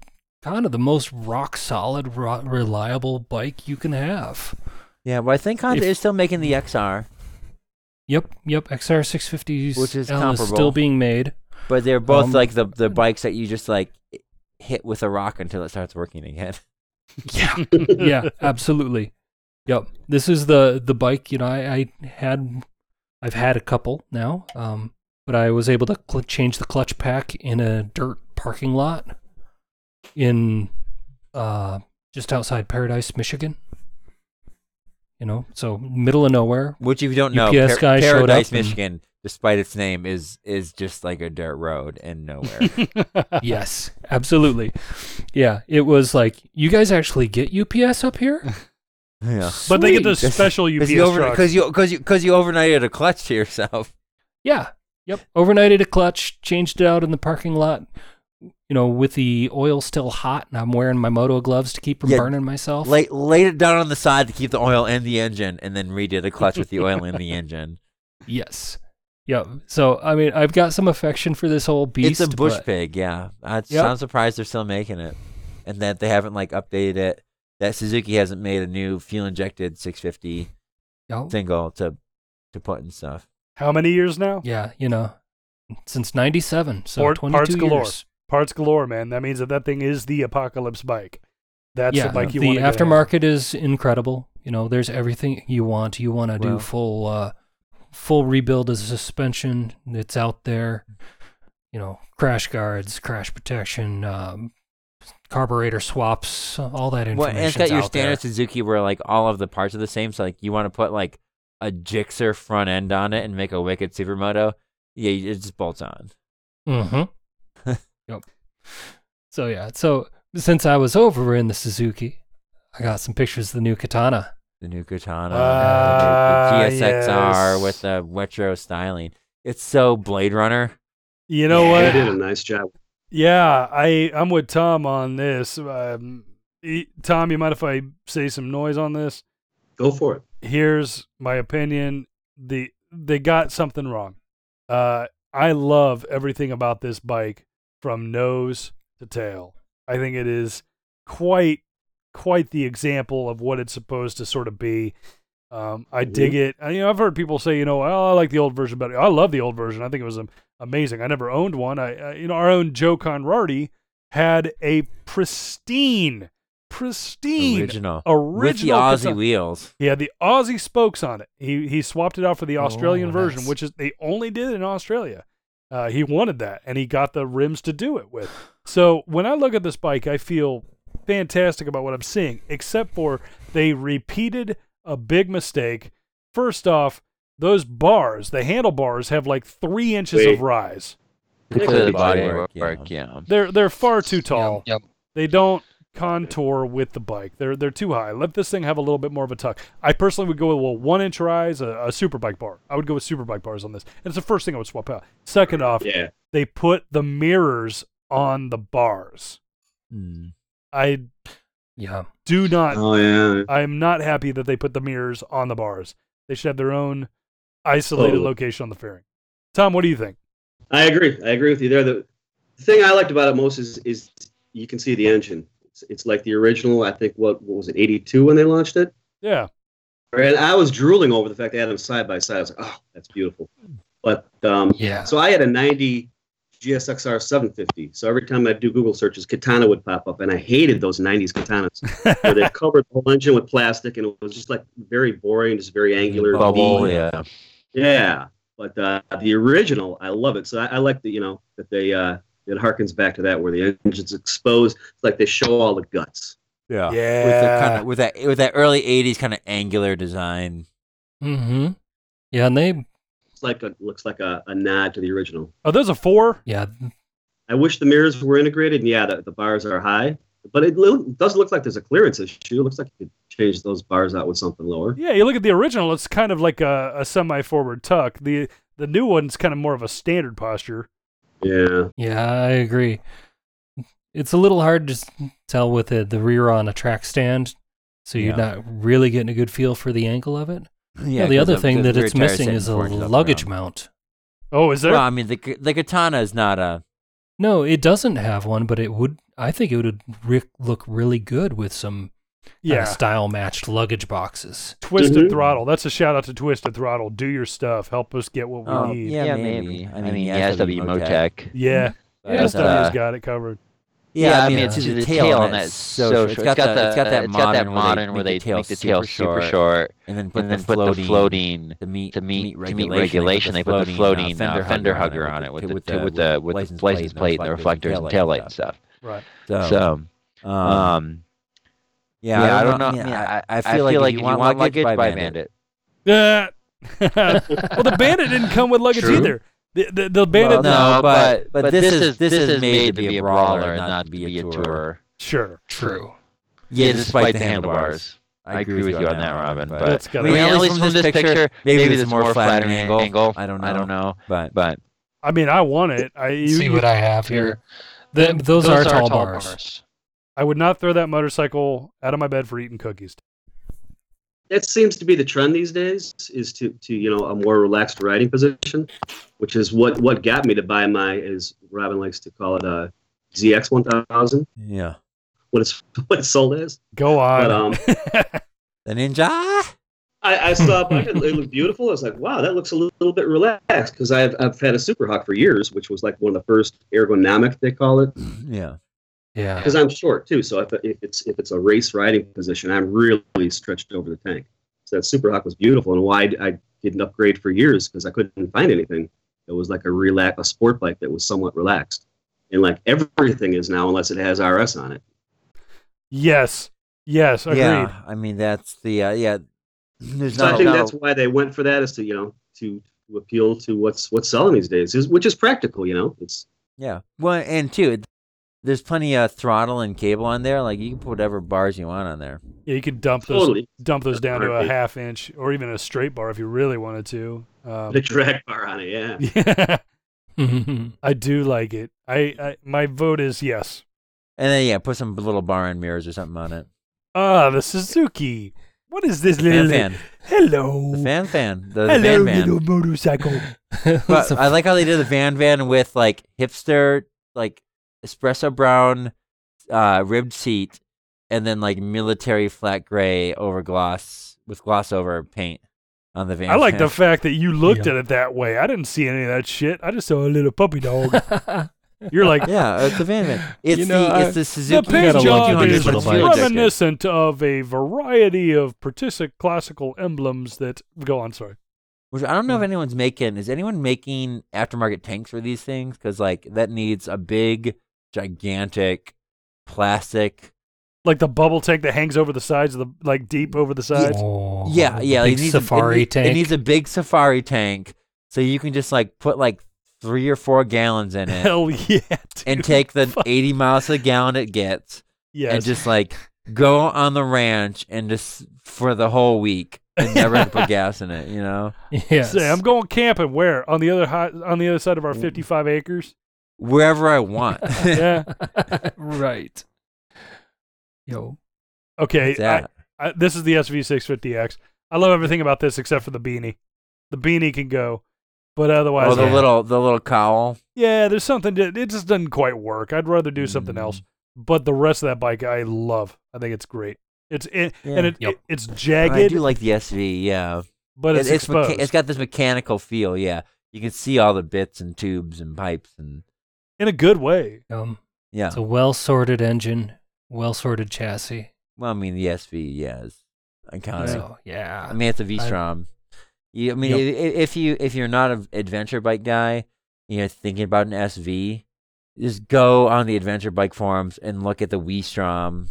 D: kind of the most rock solid, ro- reliable bike you can have.
C: yeah. But I think Honda
D: If-
C: is still making the XR,
D: Yep, yep. XR 650s
C: Which is
D: L is
C: comparable.
D: still being made.
C: but they're both
D: Um,
C: like the the bikes that you just like hit with a rock until it starts working again.
D: Yeah, yeah, absolutely. Yep. This is the the bike. You know, I, I had, I've had a couple now, um, but I was able to cl- change the clutch pack in a dirt parking lot in uh, just outside Paradise, Michigan. You know, so middle of nowhere.
C: Which, if you don't know,
D: UPS guy showed up
C: Paradise,
D: and-
C: Michigan, despite its name, is is just like a dirt road and nowhere.
D: yes, absolutely. Yeah, it was like you guys actually get UPS up here,
C: yeah.
E: But they get
D: Sweet.
E: the special UPS
C: Because you, over-
E: truck.
C: 'cause you, cause you, cause you overnighted a clutch to yourself.
D: Yeah. Yep. Overnighted a clutch, changed it out in the parking lot, you know, with the oil still hot, and I'm wearing my moto gloves to keep from
C: Yeah.
D: burning myself.
C: Lay, laid it down on the side to keep the oil in the engine, and then redid a clutch with the oil in the engine.
D: Yes. Yep. So, I mean, I've got some affection for this whole beast.
C: it's a bush
D: but-
C: pig, yeah. I,
D: Yep.
C: I'm surprised they're still making it, and that they haven't like updated it. That Suzuki hasn't made a new fuel injected 650
D: Yep.
C: single to to put and stuff.
E: How many years now?
D: Yeah, you know, since 97. So,
E: Part-
D: 22
E: parts galore.
D: years.
E: Parts galore, man. That means that that thing is the apocalypse bike. That's
D: yeah,
E: the bike you
D: the
E: want.
D: aftermarket is incredible. You know, there's everything you want. You want to do
C: Well-
D: full uh, full rebuild of suspension. It's out there. You know, crash guards, crash protection, um, carburetor swaps, all that
C: Well,
D: information.
C: and it's got your standard Suzuki where like all of the parts are the same. So like you want to put like a Gixxer front end on it and make a wicked supermoto. Yeah, it just bolts on.
D: Mm-hmm. yep. So yeah, so since I was over in the Suzuki, I got some pictures of the new Katana.
C: the new katana,
E: Ah,
C: the, the GSXR
E: yes.
C: with the retro styling. It's so Blade Runner.
E: You know
F: They
E: what?
F: did a nice job.
E: Yeah, I I'm with Tom on this. Um, e- Tom, you mind if I say some noise on this?
F: Go for it.
E: Here's my opinion. The they got something wrong. Uh, I love everything about this bike from nose to tail. I think it is quite quite the example of what it's supposed to sort of be. Um, I
C: Mm-hmm.
E: dig it. I, you know, I've heard people say, you know, oh, I like the old version better. I love the old version. I think it was um, amazing. I never owned one. I, I you know, our own Joe Conradi had a pristine, pristine
C: Original. With the
E: original
C: Aussie
E: Kata-
C: wheels.
E: he had the Aussie spokes on it. He he swapped it out for the Australian
D: Oh,
E: version,
D: nice.
E: which is they only did it in Australia. Uh, he wanted that, and he got the rims to do it with. So when I look at this bike, I feel fantastic about what I'm seeing, except for they repeated a big mistake. First off, those bars, the handlebars, have like three inches
F: Wait.
E: of rise.
F: Because
H: the
F: of
H: body
C: bodywork,
H: work,
C: yeah.
H: yeah.
E: They're they're far too tall
H: Yep.
E: they don't contour with the bike. They're they're too high. Let this thing have a little bit more of a tuck. I personally would go with a one inch rise, a, a super bike bar. I would go with super bike bars on this. And it's the first thing I would swap out. Second off,
F: Yeah.
E: they put the mirrors on the bars.
C: Mm.
E: I
D: Yeah.
E: do not
F: Oh yeah.
E: I'm not happy that they put the mirrors on the bars. They should have their own isolated
F: Totally.
E: location on the fairing. Tom, what do you think?
F: I agree. I agree with you there. The, the thing I liked about it most is is you can see the engine. It's, it's like the original. I think what what was it, eighty two when they launched it.
E: Yeah.
F: And I was drooling over the fact they had them side by side. I was like, oh, that's beautiful. But um,
H: Yeah.
F: so I had a ninety GSXR seven fifty. So every time I do Google searches, Katana would pop up, and I hated those nineties Katanas where they covered the whole engine with plastic, and it was just like very boring, just very angular.
C: Bubble,
F: V.
C: yeah.
F: Yeah, but uh, the original, I love it. So I, I like the you know that they uh, it harkens back to that where the engine's exposed. It's like they show all the guts.
C: Yeah.
E: yeah.
C: With, the kind of, with that with that early '80s kind of angular design.
D: Mm-hmm. Yeah, and they
F: It's like a, looks like a, a nod to the original.
E: Are those a four?
D: yeah
F: I wish the mirrors were integrated. And yeah, the, the bars are high, but it lo- does look like there's a clearance issue. It looks like you could change those bars out with something lower.
E: Yeah, you look at the original; it's kind of like a, a semi-forward tuck. the The new one's kind of more of a standard posture.
F: Yeah,
D: yeah I agree. It's a little hard to s- tell with the, the rear on a track stand, so you're
C: Yeah.
D: not really getting a good feel for the angle of it.
C: Yeah.
D: Now, the
C: 'cause
D: other
C: the-
D: thing
C: the
D: that
C: rear
D: it's
C: tire
D: missing
C: setting
D: is a
C: points up and
D: luggage
C: around.
D: mount.
E: Oh, is there?
C: Well, I mean, the k- the katana is not a
D: No, it doesn't have one, but it would. I think it would re- look really good with some
E: yeah,
D: style matched luggage boxes.
E: Twisted
F: Mhm.
E: Throttle. That's a shout out to Twisted Throttle. Do your stuff. Help us get what we
C: Oh,
E: need.
C: yeah, Mm-hmm. maybe. I
H: I
C: mean,
H: mean,
C: the
H: yeah, SW
C: SW
H: Motec.
E: Yeah,
C: Yeah,
E: SW's
H: That's, uh,
E: got it covered.
H: Yeah, I mean,
D: yeah.
H: it's
D: It's
H: the tail on that. So
C: short. It's got, the, it's got that
H: it's got
C: modern,
H: that modern
C: where they make
H: make the tail super short,
C: and then put
H: and
C: the
H: then put
C: floating,
H: the floating
C: to meet
H: to meet to meet
C: regulation,
H: regulation. They put the floating uh, fender hugger on it with the t- with the with the license plate, and the reflectors and taillight and stuff.
E: Right.
H: So, um,
C: yeah, I don't know. I, mean, I, I feel like, if you want, luggage by Bandit.
E: Yeah. well, the Bandit didn't come with luggage
H: True.
E: either. The the, the Bandit.
C: Well, no, but- but this is- this is made to be a brawler,
H: and
C: not to be a tourer.
E: Sure.
D: True.
C: Yeah, despite the handlebars.
H: I agree with you on that, Robin. But
E: That's
H: I
E: gotta
H: mean,
E: be-
H: at least from this picture, maybe there's more flattering angle.
C: I don't
H: I don't
C: know.
H: know,
C: But
H: but
E: I mean, I want it. I you,
D: See what I have here. Th- those, are, tall, bars.
E: I would not throw that motorcycle out of my bed for eating cookies.
F: that seems to be the trend these days. Is to to you know a more relaxed riding position, which is what what got me to buy my as Robin likes to call it a ZX one thousand.
C: yeah,
F: What it's what it's sold as.
E: Go on.
F: But um,
C: the ninja.
F: I, I saw a bike. It looked beautiful. I was like, wow, that looks a little, little bit relaxed because I've, I've had a Superhawk for years, which was like one of the first ergonomic they call it.
C: Yeah,
D: Yeah.
F: Because I'm short too, so if, if it's if it's a race riding position, I'm really stretched over the tank. So that Superhawk was beautiful, and why I didn't upgrade for years because I couldn't find anything. It was like a relax a sport bike that was somewhat relaxed, and like everything is now, unless it has RS on it.
E: yes. Yes. Agreed.
C: yeah. I mean, that's the uh, yeah. There's
F: So I
C: not
F: think
C: a
F: that's why they went for that is to you know to, to appeal to what's what's selling these days, is, which is practical. You know, it's
C: Yeah. Well, and two, it- there's plenty of throttle and cable on there. Like you can put whatever bars you want on there.
E: Yeah, you can dump those
F: totally
E: dump those down to a
F: Perfect.
E: half inch or even a straight bar if you really wanted to. Um,
F: the drag bar on it. Yeah,
E: yeah,
D: Mhm.
E: I do like it. I, I my vote is yes.
C: And then yeah, put some little bar and mirrors or something on it.
E: Ah, the Suzuki. What is this
C: Fan
E: little
C: fan,
E: hello?
C: the fan fan, the, the
E: hello,
C: fan
E: little
C: van.
E: motorcycle.
C: But I like how they did the van van with like hipster, like espresso brown, uh, ribbed seat, and then like military flat gray over gloss with gloss over paint on the van.
E: I like
C: van.
E: the fact that you looked
D: Yeah.
E: at it that way. I didn't see any of that shit. I just saw a little puppy dog. You're like
C: yeah, it's the van van. It's
D: know,
C: the
D: I-
C: it's
E: uh,
C: the
E: the
C: Suzuki.
E: paint
D: gotta love
E: job
D: the
C: 200
E: is
D: original
C: with fuel
D: bike.
C: injector.
E: reminiscent of a variety of Pertusic classical emblems that go on. Sorry.
C: Which I don't know if anyone's making. Is anyone making aftermarket tanks for these things? Because like that needs a big, gigantic, plastic.
E: Like the bubble tank that hangs over the sides of the like deep over the sides.
D: Oh,
C: yeah, yeah.
D: big
C: it needs
D: safari
C: a, it need-
D: tank.
C: It needs a big safari tank, so you can just like put like three or four gallons in it,
E: Hell yeah. Dude.
C: and take the
E: Fuck.
C: eighty miles a gallon it gets,
E: Yes.
C: and just like go on the ranch and just for the whole week and never have to put gas in it, you know?
D: yes.
E: Say, I'm going camping where on the other hi- on the other side
C: Mm.
E: of our 55 acres.
C: Wherever I want.
E: Yeah.
D: right. Yo.
E: Okay.
C: What's that?
E: I, I, this is the SV650X. I love everything about this except for the beanie. The beanie can go, but otherwise,
C: oh, the
E: yeah.
C: little the little cowl.
E: yeah, there's something. To, it just doesn't quite work. I'd rather do something
C: Mm.
E: else. But the rest of that bike, I love. I think it's great. It's it,
C: Yeah.
E: and it,
D: Yep.
E: it- it's
C: I
E: jagged,
C: do like the SV, yeah.
E: but it's,
C: It- it's mecha-
E: exposed.
C: it's got this mechanical feel, yeah. You can see all the bits and tubes and pipes and
E: in a good way.
D: Um,
C: yeah.
D: It's a well sorted engine, well sorted chassis.
C: well, I mean the SV, yeah, is iconic.
D: So, yeah.
C: I mean, it's a V-Strom. You, I mean, i i if you if you're not an adventure bike guy, you're thinking about an SV. Just go on the adventure bike forums and look at the V-Strom,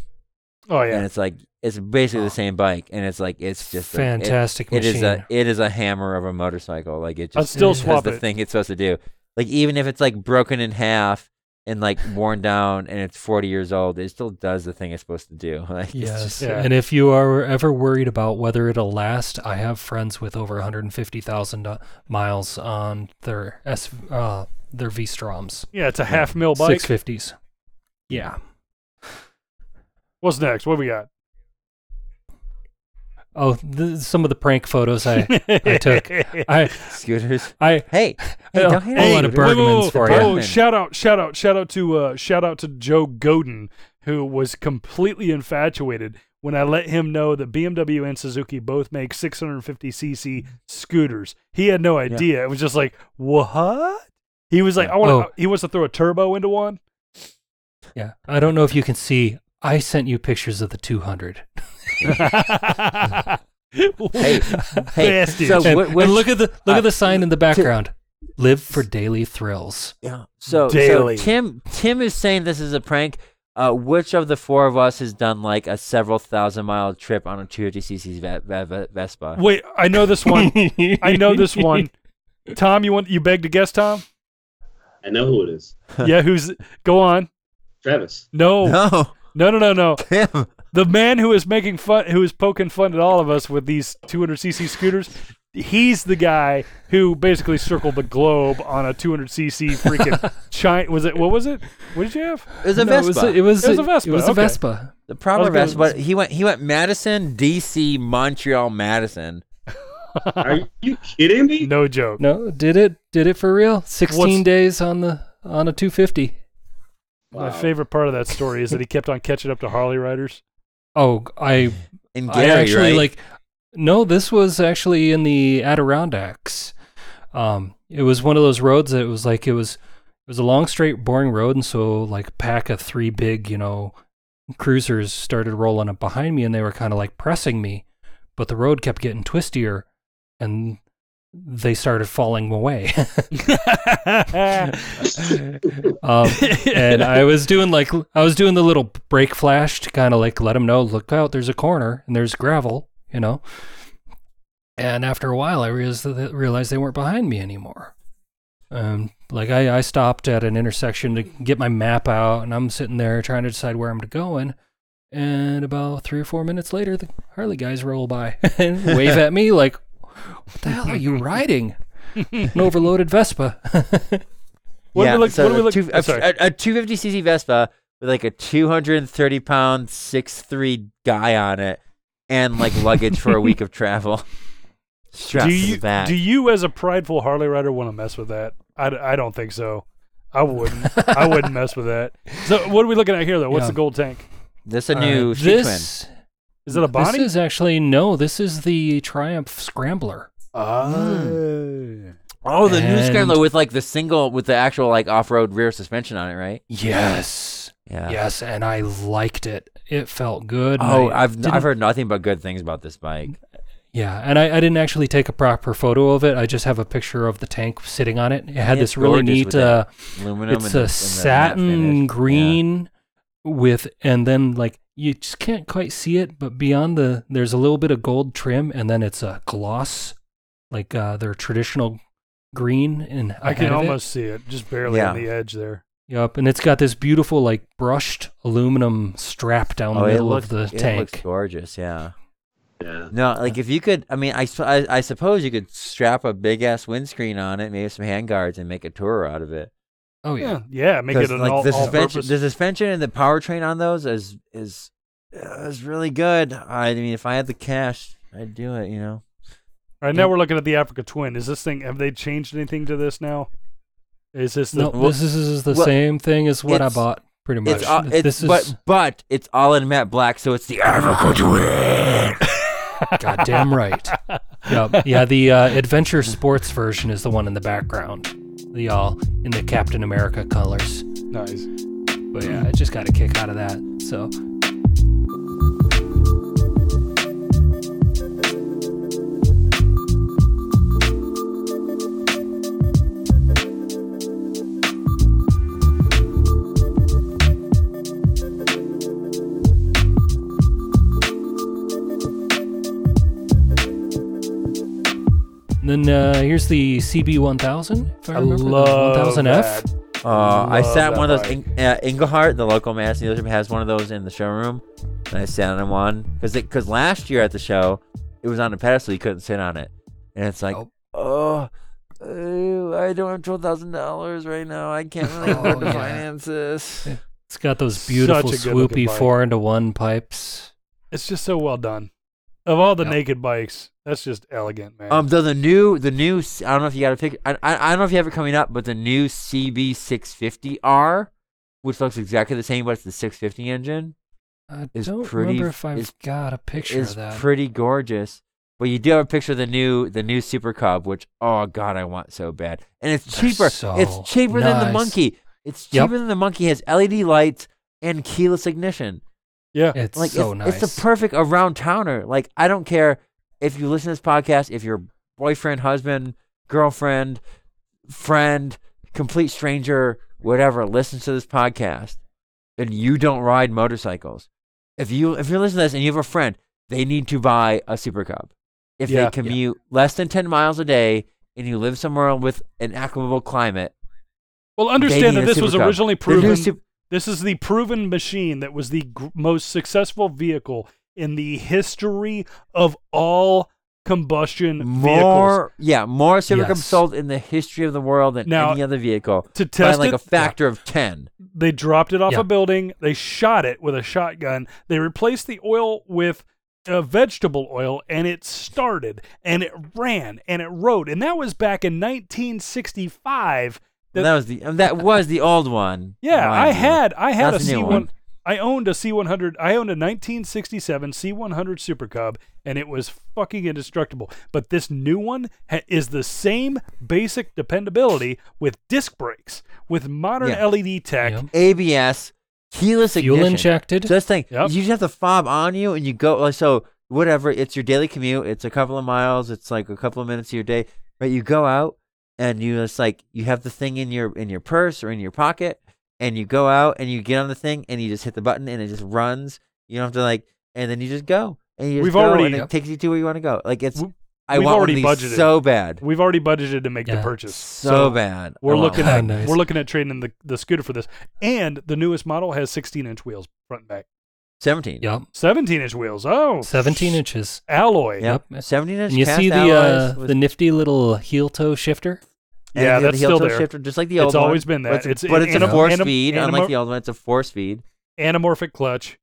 E: Oh
C: and
E: yeah, Oh.
C: it's like it's basically the same bike, and it's like it's just a- it-
D: fantastic
C: it
D: machine.
C: is a it is a hammer of a motorcycle. Like it
E: I'd
C: just
E: still
C: does
E: swap
C: the
E: it.
C: thing it's supposed to do. Like even if it's like broken in half and like worn down and it's 40 years old, it still does the thing it's supposed to do. Like it's
D: Yes.
C: just
E: yeah.
D: And if you are ever worried about whether it'll last, I have friends with over 150,000 uh, miles on their S uh, their V-Stroms.
E: yeah. It's a half mil bike.
D: 650s. Yeah.
E: What's next? What we got?
D: Oh, th- some of the prank photos I, I took. I
C: scooters.
D: I
C: Hey, hey,
D: Oh,
C: don't hate
D: a
C: on
D: lot of
C: scooters.
D: Bergmans for you.
E: Oh,
C: Bergman.
E: shout out, shout out, shout out to uh, shout out to Joe Godin, who was completely infatuated when I let him know that BMW and Suzuki both make 650cc scooters. He had no idea. It was just like, what? He was like, I want. to.
D: Oh.
E: He wants to throw a turbo into one.
D: yeah. I don't know if you can see. I sent you pictures of the 200.
C: hey, hey.
E: Bastard.
C: So,
D: and,
C: whi-
D: and
C: which-
D: look at the look
C: uh,
D: at the sign in the background. Live for daily thrills.
C: yeah. So,
E: Daily.
C: so Tim, Tim is saying this is a prank. Uh, which of the four of us has done like a several thousand mile trip on a 250cc ve- ve- ve- Vespa?
E: Wait, I know this one. I know this one. Tom, you want you beg to guess, Tom?
F: I know who it is.
E: Yeah, who's go on?
F: Travis.
E: No,
C: No,
E: no, no, no, no.
C: Tim.
E: the man who is making fun, who is poking fun at all of us with these 200cc scooters, he's the guy who basically circled the globe on a 200cc freaking China. Was it? What was it? What did you have?
C: It was a
D: No, it was
C: Vespa.
D: a- it was
E: It was a
D: a-
E: Vespa,
D: It was a
E: okay.
D: Vespa.
E: I
C: the
E: was
C: proper
E: gonna-
C: Vespa. He went. He went Madison, DC, Montreal, Madison.
F: Are you kidding me?
E: No joke.
D: No, did it? Did it for real? Sixteen
E: What's-
D: days on the on a two fifty.
E: My favorite part of that story is that he kept on catching up to Harley riders.
D: Oh, I
C: And
D: I
C: Gary,
D: actually
C: right?
D: like. No, this was actually in the Adirondacks. Um, it was one of those roads that was like it was it was a long straight boring road, and so like a pack of three big you know cruisers started rolling up behind me, and they were kind of like pressing me, but the road kept getting twistier, and they started falling away.
E: Ah.
D: um, and I was doing like I was doing the little brake flash to kind of like let him know, look out, there's a corner and there's gravel, you know. And after a while, I realized that they, realized they weren't behind me anymore. Um, like I, I stopped at an intersection to get my map out, and I'm sitting there trying to decide where I'm going. And about three or four minutes later, the Harley guys roll by and wave at me like, "What the hell are you riding?" An overloaded Vespa.
E: What do
C: yeah.
E: we look-
C: so
E: what do we
C: a
E: look-
C: two- uh,
E: I'm sorry.
C: a, a, 250cc Vespa with like a 230 pound six three guy on it, and like luggage for a week of travel. Strapped
E: do
C: to
E: you
C: the back.
E: do you as a prideful Harley rider want to mess with that? I, d- I don't think so. I wouldn't. I wouldn't mess with that. So what are we looking at here though? What's
D: Yeah.
E: the gold tank?
C: This a
D: Uh,
C: new Citroen.
D: this
E: Is it a Bonnie?
D: This is actually no. This is the Triumph Scrambler.
C: Oh, the new
D: And-
C: Scrambler with like the single with the actual like off-road rear suspension on it, right?
D: Yes,
C: Yeah.
D: yes, and I liked it. It felt good. and
C: Oh,
D: I
C: I've
D: didn't-
C: I've heard nothing but good things about this bike.
D: Yeah, and I, I didn't actually take a proper photo of it. I just have a picture of the tank sitting on it. It
C: Yeah,
D: had this
C: it's
D: really
C: gorgeous
D: neat.
C: with that
D: Uh,
C: Aluminum
D: it's
C: and the- and the
D: a
C: matte finish.
D: satin
C: Yeah.
D: green with, and then like you just can't quite see it, but beyond the there's a little bit of gold trim, and then it's a gloss, like uh, their traditional green. And
E: I can
D: ahead of it.
E: almost see it, just barely on
C: Yeah.
E: the edge there.
D: Yep, and it's got this beautiful like brushed aluminum strap down the
C: Oh, it
D: middle
C: looks-
D: of the
C: it
D: tank.
C: looks gorgeous. Yeah.
F: Yeah.
C: No, like if you could, I mean, I, su- I, I suppose you could strap a big ass windscreen on it, maybe some handguards, and make a tour out of it.
D: oh yeah.
E: yeah, make it
C: 'Cause,
E: an
C: like
E: all,
C: the
E: all
C: suspension,
E: purpose.
C: the suspension and the powertrain on those is is uh, is really good. I mean, if I had the cash, I'd do it. You know,
E: All right now we're looking at the Africa Twin. Is this thing? Have they changed anything to this now? Is this the?
D: No, this is, is the
C: well,
D: same thing as what I
C: it's-
D: bought, pretty much.
C: it's all, it's
D: this is
C: but but it's all in matte black, so it's the Africa Twin.
D: goddamn right. Yep. Yeah, the uh, Adventure Sports version is the one in the background. The all in the Captain America colors.
E: nice.
D: But yeah, I just got a kick out of that. So then uh, here's the CB1000. If I,
E: I
D: remember, the
E: love
D: 1000F.
E: that.
C: Uh, I
E: Love
C: sat in
E: that
C: one of those.
E: bike.
C: In, uh, Englehart, the local Madison dealership, has one of those in the showroom, and I sat on one because because last year at the show, it was on a pedestal. You couldn't sit on it, and it's like,
D: Oh.
C: oh, ew, I don't have twelve thousand dollars right now. I can't really
D: Oh,
C: afford to
D: yeah.
C: finance this.
D: It's got those
E: Such
D: beautiful
E: a good-looking
D: swoopy
E: bike.
D: four into one pipes.
E: It's just so well done. Of all the
D: Yep.
E: naked bikes, that's just elegant, man.
C: Um, though the new, the new, s- I don't know if you got a picture. I, I, I don't know if you have it coming up, but the new CB650R, which looks exactly the same, but it's the 650 engine.
D: I
C: Is
D: don't
C: pretty-
D: remember if I've
C: is-
D: got a picture
C: is
D: of that.
C: pretty gorgeous. But you do have a picture of the new the new Super Cub, which oh god, I want so bad, and it's
D: They're
C: cheaper.
D: so
C: it's cheaper than the
D: nice.
C: monkey. It's cheaper
D: Yep.
C: than the monkey. It Has LED lights and keyless ignition.
E: yeah.
D: it's
C: like
D: so
C: it's,
D: nice.
C: it's the perfect around towner. Like I don't care if you listen to this podcast, if your boyfriend, husband, girlfriend, friend, complete stranger, whatever, listens to this podcast, and you don't ride motorcycles. If you if you're listening to this and you have a friend, they need to buy a Super Cub. If
E: Yeah. Yeah.
C: they commute less than ten miles a day and you live somewhere with an equable climate,
E: Well,
C: they
E: understand
C: need
E: that
C: a
E: this was
C: Super Cub.
E: originally
C: The new
E: proven.
C: Sup-
E: This is the proven machine that was the gr- most successful vehicle in the history of all combustion vehicles.
C: more yeah more super Cubs
D: Yes.
C: sold in the history of the world than
E: Now,
C: any other vehicle
E: to
C: by
E: test
C: like
E: it-
C: a factor of 10
E: They dropped it off
D: Yeah.
E: a building. They shot it with a shotgun. They replaced the oil with uh, vegetable oil, and it started, and it ran, and it rode, and that was back in 1965.
C: that, was the and that was the old one
E: Yeah,
C: mind
E: I
C: you.
E: had I had
C: That's
E: a
C: the new
E: C1
C: one.
E: I owned a C100. I owned a 1967 C100 Super Cub and it was fucking indestructible. But this new one ha- is the same basic dependability with disc brakes, with modern
C: Yeah.
E: LED tech.
D: Yep.
C: abs keyless
D: Fuel
C: ignition
D: injected?
C: so this thing
E: Yep.
C: you just have the fob on you and you go like so whatever it's your daily commute it's a couple of miles it's like a couple of minutes of your day but you go out and you just like you have the thing in your in your purse or in your pocket and you go out and you get on the thing and you just hit the button and it just runs you don't have to like and then you just go and you just
E: We've
C: go
E: already-
C: and it takes you to where you want to go like it's
E: We-
C: I
E: we've
C: want one of
E: already
C: these
E: budgeted.
C: so bad
E: We've already budgeted to make the
D: Yeah.
E: purchase.
C: so bad Oh, I
E: We're
C: want
E: looking
C: one.
D: wow.
E: at
D: Nice.
E: we're looking at trading the, the scooter for this. And the newest model has 16-inch wheels front and back.
C: 17
D: Yep.
E: 17-inch wheels. Oh.
D: 17 inches.
E: alloy.
C: Yep.
D: Yep.
C: 17 inch
D: And you see the uh, the nifty little heel toe shifter?
C: And
E: Yeah,
C: the-
E: that's
C: the heel
E: still
C: toe
E: there.
C: Shifter, just like the
E: It's
C: old one.
E: always been that.
C: But it's,
E: It's-
C: a, but
E: it-
C: it's a
E: anim-
C: four
E: anim-
C: speed, unlike
E: animo-
C: the old one. It's a four speed.
E: Anamorphic clutch.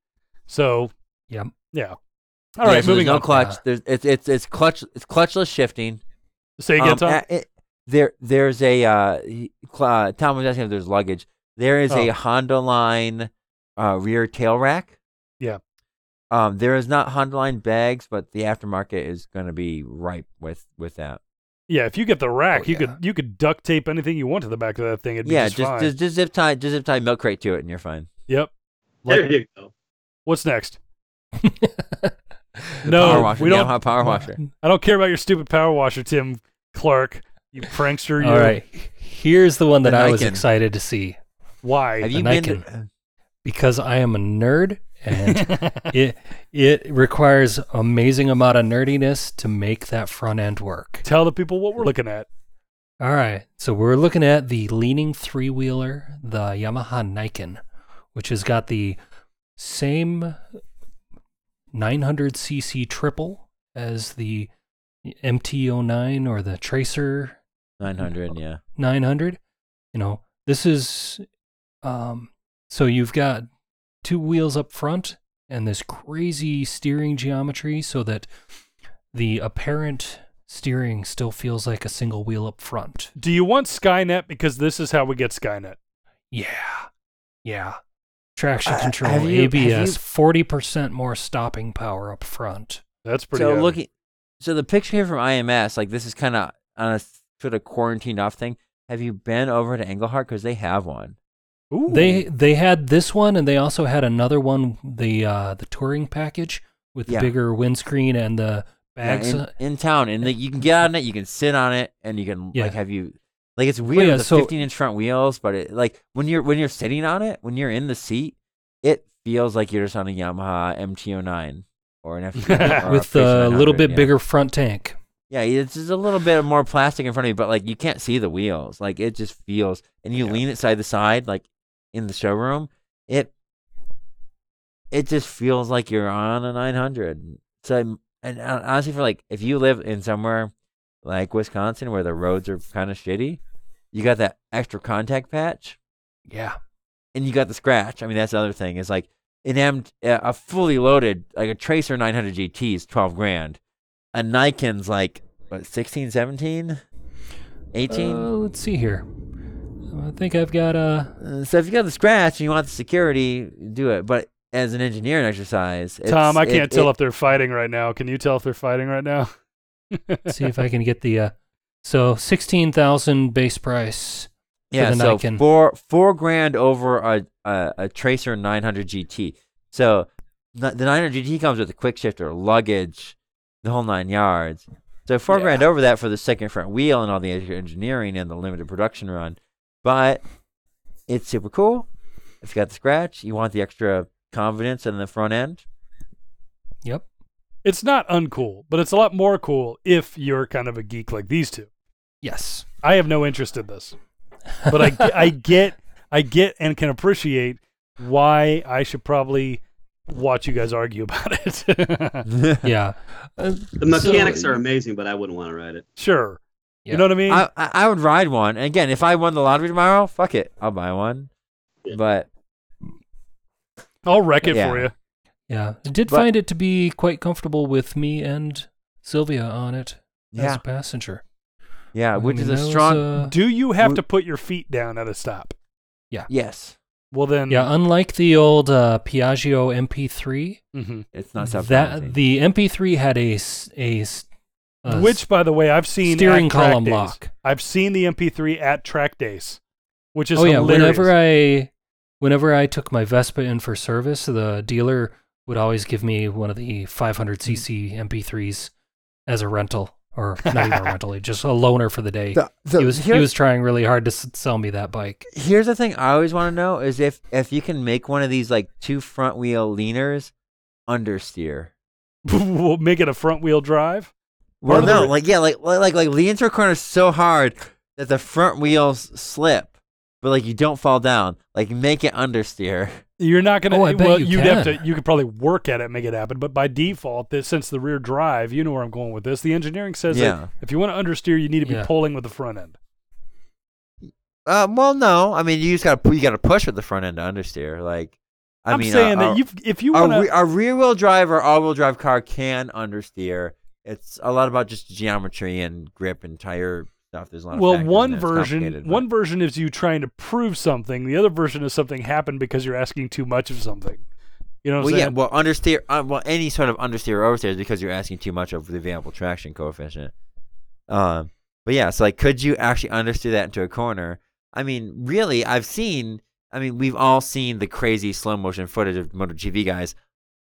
E: So,
D: Yep.
E: yeah. All right,
C: so there's
E: moving
C: no
E: on.
C: clutch.
D: Yeah.
C: There's it's it's it's clutch. It's clutchless shifting.
E: Say again,
C: Um,
E: Tom.
C: uh, it- there there's a uh, he- cl- uh, Tom was asking if there's luggage. There is a
E: Oh.
C: Honda Line uh, rear tail rack.
E: Yeah.
C: Um, there is not Honda Line bags, but the aftermarket is going to be ripe with with that.
E: Yeah, if you get the rack,
D: Oh,
E: you
D: yeah.
E: could you could duct tape anything you want to the back of that thing. It'd be
C: yeah,
E: just,
C: just
E: fine.
C: just just zip tie just zip tie milk crate to it, and you're fine.
E: yep.
F: There you go.
E: What's next?
C: The
E: No,
C: power washer.
E: we don't-
C: Yamaha power washer.
E: I don't care about your stupid power washer, Tim Clark. You prankster. You.
D: All right. Here's the one that
C: The
D: I was
C: Nikan.
D: excited to see
E: Why?
C: Have you
D: And I
C: been? to-
D: because I am a nerd and it it requires amazing amount of nerdiness to make that front end work.
E: Tell the people what we're looking at.
D: All right. So we're looking at the leaning three wheeler, the Yamaha Nikon, which has got the same 900cc triple as the MT09 or the Tracer
C: 900, yeah.
D: 900. You know, this is um so you've got two wheels up front and this crazy steering geometry so that the apparent steering still feels like a single wheel up front.
E: Do you want Skynet? Because this is how we get Skynet.
D: Yeah. Yeah. Traction
C: Uh,
D: control,
C: have you- have you-
D: ABS, 40% more stopping power up front.
E: That's pretty.
C: So
E: good.
C: looking, so the picture here from IMS, like this is kind of on a sort of quarantined off thing. Have you been over to Englehart because they have one?
E: Ooh.
D: They they had this one and they also had another one, the uh the touring package with
C: Yeah.
D: the bigger windscreen and the
C: Yeah,
D: bags uh,
C: in, in town, and like, you can get on it, you can sit on it, and you can
D: Yeah.
C: like have you like it's weird
D: yeah,
C: with the
D: so-
C: 15 inch front wheels, but it like when you're when you're sitting on it, when you're in the seat, it feels like you're just on a Yamaha MT09 or an F
D: with a little bit bigger front tank.
C: Yeah, it's just a little bit more plastic in front of you, but like you can't see the wheels. Like it just feels, and you lean it side to side, like in the showroom. It it just feels like you're on a 900. So, I'm- and hon- honestly, for like if you live in somewhere like Wisconsin where the roads are kind of shitty, you got that extra contact patch,
D: Yeah.
C: and you got the scratch. I mean, that's the other thing is like an M, a a fully loaded like a Tracer 900 GT is 12 grand. A Nikon's like what 16, 17, 18.
D: Uh, let's see here. I think I've got a
C: Uh, so if you got the scratch and you want the security, do it. But as an engineering exercise, it's,
E: Tom, I
C: it-
E: can't tell
C: it-
E: if they're fighting right now. Can you tell if they're fighting right now?
D: see if I can get the uh so 16,000 base price.
C: yeah,
D: the
C: so
D: Nikon.
C: four four grand over a a, a Tracer 900 GT. So n- the 900 GT comes with a quick shifter, luggage, the whole nine yards. So four
D: Yeah.
C: grand over that for the second front wheel and all the extra engineering and the limited production run, but it's super cool. If you got the scratch, you want the extra confidence in the front end.
D: Yep.
E: It's not uncool, but it's a lot more cool if you're kind of a geek like these two.
D: Yes.
E: I have no interest in this, but I, I get, I get, and can appreciate why I should probably watch you guys argue about it.
D: yeah. Uh,
F: The mechanics
D: so-
F: are amazing, but I wouldn't want to ride it.
E: sure,
D: yeah.
E: you know what I mean.
C: I, I I would ride one. And again, if I won the lottery tomorrow, fuck it, I'll buy one.
F: Yeah.
C: But
E: I'll wreck it
C: Yeah.
E: for you.
D: Yeah. I did
C: But-
D: find it to be quite comfortable with me and Sylvia on it as
C: yeah,
D: a passenger.
C: yeah,
D: I
C: which
D: mean,
C: is a
D: that was,
C: strong
D: uh,
E: Do you have
C: Wo-
E: to put your feet down at a stop?
C: yes.
E: Well then,
D: yeah, unlike the old uh, Piaggio MP3,
E: mhm.
C: It's not self
D: that the MP3 had a s- a s- a Uh, s-
E: Which, by the way, I've seen
D: steering
E: at track
D: column
E: days.
D: lock.
E: I've seen the MP3 at track days, which is
D: oh yeah
E: hilarious.
D: whenever i whenever i took my vespa in for service the dealer would always give me one of the
E: Mm.
D: 500cc mp3s as a rental or not even a rental just a loaner for the day
C: The- the-
D: he was he
C: here-
D: was trying really hard to s- sell me that bike
C: Here's the thing I always want to know is if if you can make one of these like two front wheel leaners understeer.
E: we'll make it a front wheel drive.
C: Well,
E: Part of the
C: no,
E: re-
C: like yeah, like like like, like lean into a corner so hard that the front wheels slip, but like you don't fall down. Like make it understeer.
E: You're not gonna.
D: Oh, I bet
E: well,
D: you
E: would have
D: can.
E: to. You could probably work at it, and make it happen. But by default, this, since the rear drive, you know where I'm going with this. The engineering says
C: Yeah.
E: that if you want to understeer, you need to be
D: Yeah.
E: pulling with the front end.
C: Uh, well, no, I mean you just gotta pu- you gotta push with the front end to understeer. Like, I
E: am
C: mean,
E: saying
C: uh, uh,
E: that you've, if you
C: a,
E: want
C: re- a rear-wheel drive or all-wheel drive car can understeer. It's a lot about just geometry and grip and tire stuff. There's a lot. Of
E: well,
C: factors in
E: one
C: there. It's complicated,
E: version,
C: but-
E: one version is you trying to prove something. The other version is something happened because you're asking too much of something. You know what
C: Well,
E: I'm
C: yeah.
E: saying?
C: Well, understeer. Uh, well, any sort of understeer or oversteer is because you're asking too much of the available traction coefficient. Um, but yeah, so like, could you actually understeer that into a corner? I mean, really, I've seen. I mean, we've all seen the crazy slow motion footage of MotoGP guys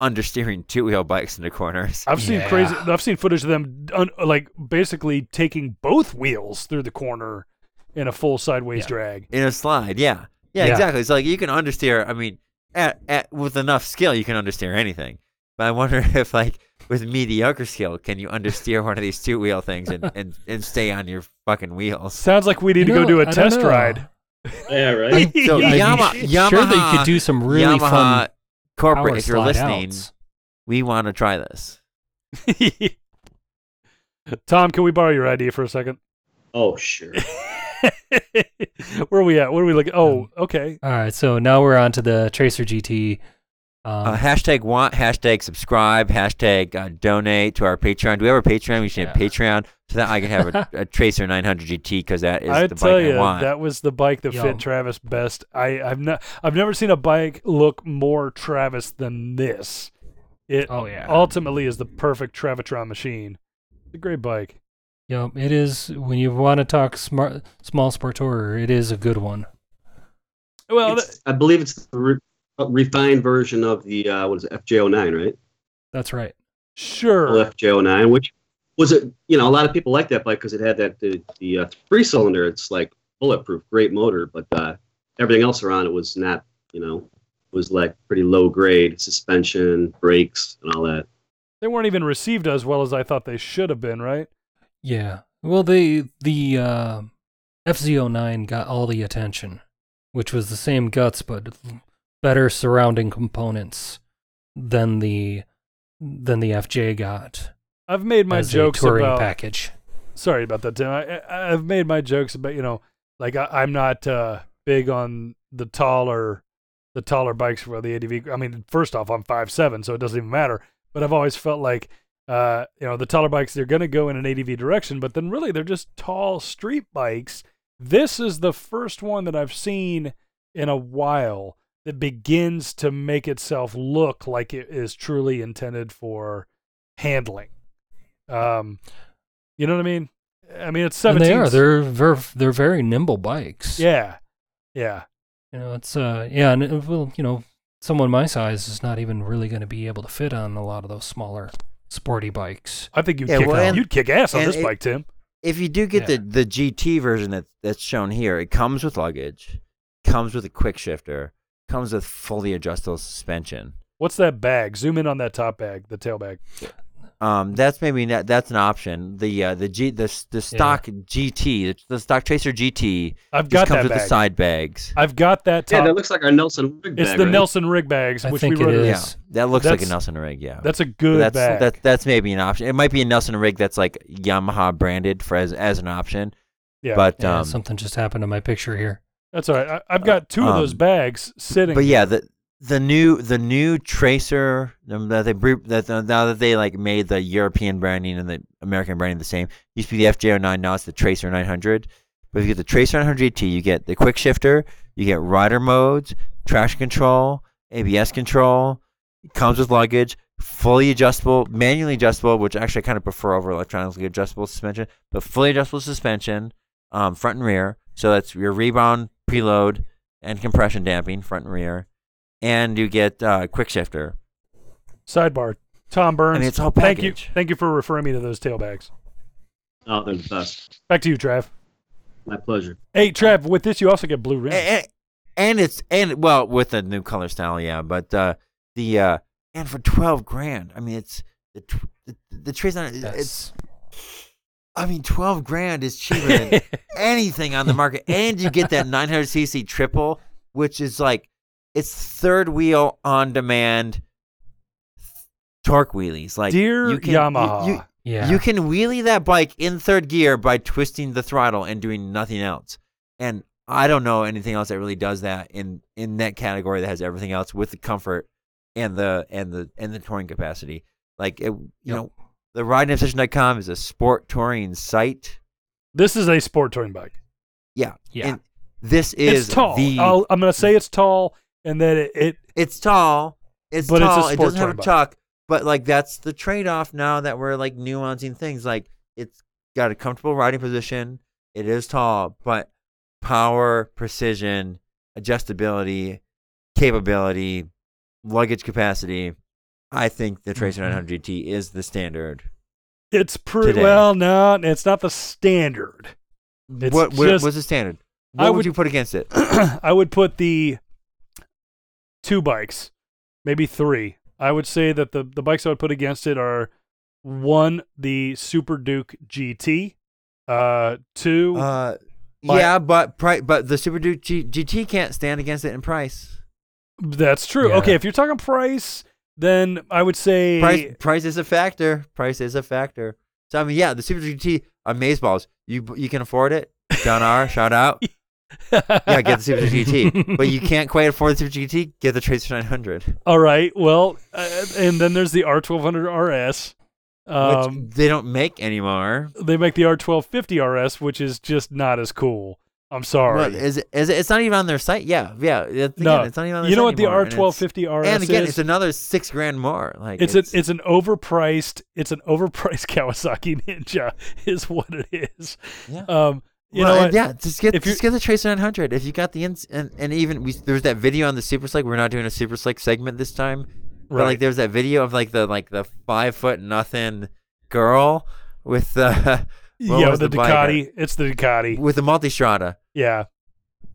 C: understeering two wheel bikes into corners.
E: I've seen
D: Yeah.
E: crazy. I've seen footage of them un, like basically taking both wheels through the corner in a full sideways
D: Yeah.
E: drag.
C: in a slide. Yeah. yeah,
E: Yeah.
C: exactly. It's like you can understeer. I mean, at, at with enough skill, you can understeer anything. But I wonder if like with mediocre skill, can you understeer one of these two wheel things and, and, and stay on your fucking wheels?
E: Sounds like we need to go do
D: a
E: a test ride.
F: Yeah, right.
C: So
D: I-
C: Yama-
D: sure, they
C: Yamaha-
D: could do some really
C: Yamaha
D: fun
C: corporate,
D: power
C: if you're
D: slide
C: listening,
D: outs.
C: we want to try this.
E: Tom, can we borrow your idea for a second?
F: oh, sure.
E: Where are we at? What are we looking?
C: Um,
E: Oh, okay.
D: All right, so now we're on to the Tracer GT.
E: Uh-huh.
D: Um,
C: Uh, hashtag want, hashtag subscribe, hashtag uh, donate to our Patreon. Do we have a Patreon? We should have
D: Yeah.
C: Patreon so that I can have a, a Tracer 900 GT because that is
E: I
C: the
E: tell
C: bike
E: you,
C: I want.
E: that was the bike that
D: Yo.
E: fit Travis best. I, I've not, I've never seen a bike look more Travis than this. It
D: Oh, yeah.
E: ultimately is the perfect Travitron machine. It's a great bike.
D: you know, it is when you want to talk smart, small sport tourer, it is a good one.
E: Well,
F: It's- I believe it's the re- uh, refined version of the uh, what is it, FJ09, right?
D: That's right.
E: sure.
F: Well, FJ09, which was a you know a lot of people liked that bike because it had that the, the uh, three cylinder. It's like bulletproof, great motor, but uh, everything else around it was not you know was like pretty low grade suspension, brakes, and all that.
E: They weren't even received as well as I thought they should have been, right?
D: Yeah. Well, they the uh, FZ09 got all the attention, which was the same guts but better surrounding components than the than the FJ got
E: I've made my
D: as
E: jokes
D: a touring
E: about.
D: package.
E: Sorry about that, Tim. I, I, I've made my jokes about you know, like I, I'm not uh, big on the taller, the taller bikes for the ADV. I mean, first off, I'm five seven, so it doesn't even matter. But I've always felt like, uh, you know, the taller bikes they're going to go in an ADV direction, but then really they're just tall street bikes. This is the first one that I've seen in a while that begins to make itself look like it is truly intended for handling. Um, you know what I mean? I mean, it's
D: And
E: seventeen.
D: they are they're ver- they're very nimble bikes.
E: yeah, yeah.
D: You know, it's uh yeah, and it, well, you know, someone my size is not even really going to be able to fit on a lot of those smaller sporty bikes.
E: I think you'd
C: Yeah,
E: kick
C: well, and-
E: you'd kick ass on
C: and
E: this
C: it-
E: bike, Tim.
C: if you do get
D: Yeah.
C: the, the GT version that that's shown here, it comes with luggage, comes with a quick shifter, comes with fully adjustable suspension.
E: What's that bag? Zoom in on that top bag, the tail bag.
C: Um, that's maybe not, that's an option. The uh, the G the s- the stock GT, the, the stock Tracer GT,
E: I've got
C: just comes
E: that
C: with
E: bag.
C: the side bags.
E: I've got that
F: Yeah,
E: top.
F: that looks like our Nelson. Rig
E: it's
F: bag,
E: the
F: right?
E: Nelson rig bags,
D: I
E: which
D: think
E: we
D: it
E: wrote.
D: is.
C: yeah, that looks like a
E: That's-
C: Nelson rig. Yeah,
E: That's a good
C: that's
E: bag.
C: that that's maybe an option. It might be a Nelson rig that's like Yamaha branded for as as an option.
E: yeah,
C: But
D: Yeah,
C: um,
D: something just happened to my picture here.
E: that's all right. I, I've got two of those
C: um,
E: bags sitting.
C: But yeah, the the new the new Tracer um, that they bre- that uh, now that they like made the European branding and the American branding the same. Used to be the FJ09, now it's the Tracer 900. But if you get the Tracer 900 GT, you get the quick shifter, you get rider modes, traction control, ABS control. It comes with luggage, fully adjustable, manually adjustable, which actually I kind of prefer over electronically adjustable suspension, but fully adjustable suspension, um, front and rear. So that's your rebound, preload, and compression damping, front and rear. And you get uh, quick shifter.
E: Sidebar. Tom Burns.
C: I mean, it's all
E: thank you.
C: package.
E: Thank you for referring me to those tail bags.
F: Oh, they're the best.
E: Back to you, Trav.
F: My pleasure.
E: Hey, Trav. With this, you also get blue
C: A-
E: rims.
C: And, and it's and well with the new color style, yeah. But uh, the uh, and for twelve grand, I mean, it's the tw- the, the Tracer. It's
D: That's-
C: I mean, twelve grand is cheaper than anything on the market, and you get that 900cc triple, which is like it's third wheel on demand torque wheelies. Like
E: Dear
C: you can, you-
E: Yamaha.
C: you,
D: yeah.
C: you can wheelie that bike in third gear by twisting the throttle and doing nothing else. And I don't know anything else that really does that in in that category that has everything else with the comfort and the and the and the touring capacity. Like it, you
D: Yep.
C: know, the rideandobsession.com is a sport touring site.
E: this is a sport touring bike.
C: Yeah.
D: Yeah. Oh,
C: And this is
E: it's tall.
C: the
E: I'll, I'm going to say it's tall, and that it, it
C: it's tall. It's
E: But it's a
C: tall. it
E: sport
C: doesn't have a
E: touring bike.
C: chuck. But like that's the trade off now that we're like nuancing things. Like it's got a comfortable riding position. It is tall, but power, precision, adjustability, capability, luggage capacity. I think the Tracer
E: Mm-hmm.
C: 900 GT is the standard.
E: It's pretty
C: Today.
E: well. No, it's not the standard. It's
C: what what
E: just-
C: was the standard?
E: I
C: What would,
E: would-
C: you put against it?
E: I would put the two bikes, maybe three. I would say that the, the bikes I would put against it are one, the Super Duke GT, uh, two,
C: Uh,
E: My-
C: yeah, but pri- but the Super Duke G- GT can't stand against it in price.
E: that's true.
D: yeah.
E: Okay, if you're talking price, then I would say
C: Price price is a factor. Price is a factor. So I mean, yeah, the Super Duke GT amazeballs. You you can afford it. John R, shout out. Yeah, get the Super Duke GT. But you can't quite afford the Super Duke GT. Get the Tracer 900.
E: All right. Well, uh, and then there's the R1200 RS. Um,
C: which they don't make anymore.
E: they make the R1250 RS, which is just not as cool. I'm sorry.
C: But is it, is it, it's not even on their site. Yeah, yeah. It's,
E: no,
C: again, it's not even on their
E: you
C: site
E: know what the
C: anymore, and it's-
E: R1250 RS
C: And again,
E: is?
C: it's another six grand more. Like
E: it's, an it's an overpriced it's an overpriced Kawasaki Ninja is what it is.
C: Yeah.
E: Um, you
C: Well,
E: know, what?
C: and yeah, just get
E: if you-
C: just get the Tracer 900. If you got the ins and, and even we there was that video on the Super Slick. We're not doing a Super Slick segment this time, but like
E: Right.
C: there was that video of like the like the five foot nothing girl with the what
E: yeah,
C: was
E: the,
C: bike?
E: Ducati. It's the Ducati.
C: with the Multistrada.
E: Yeah,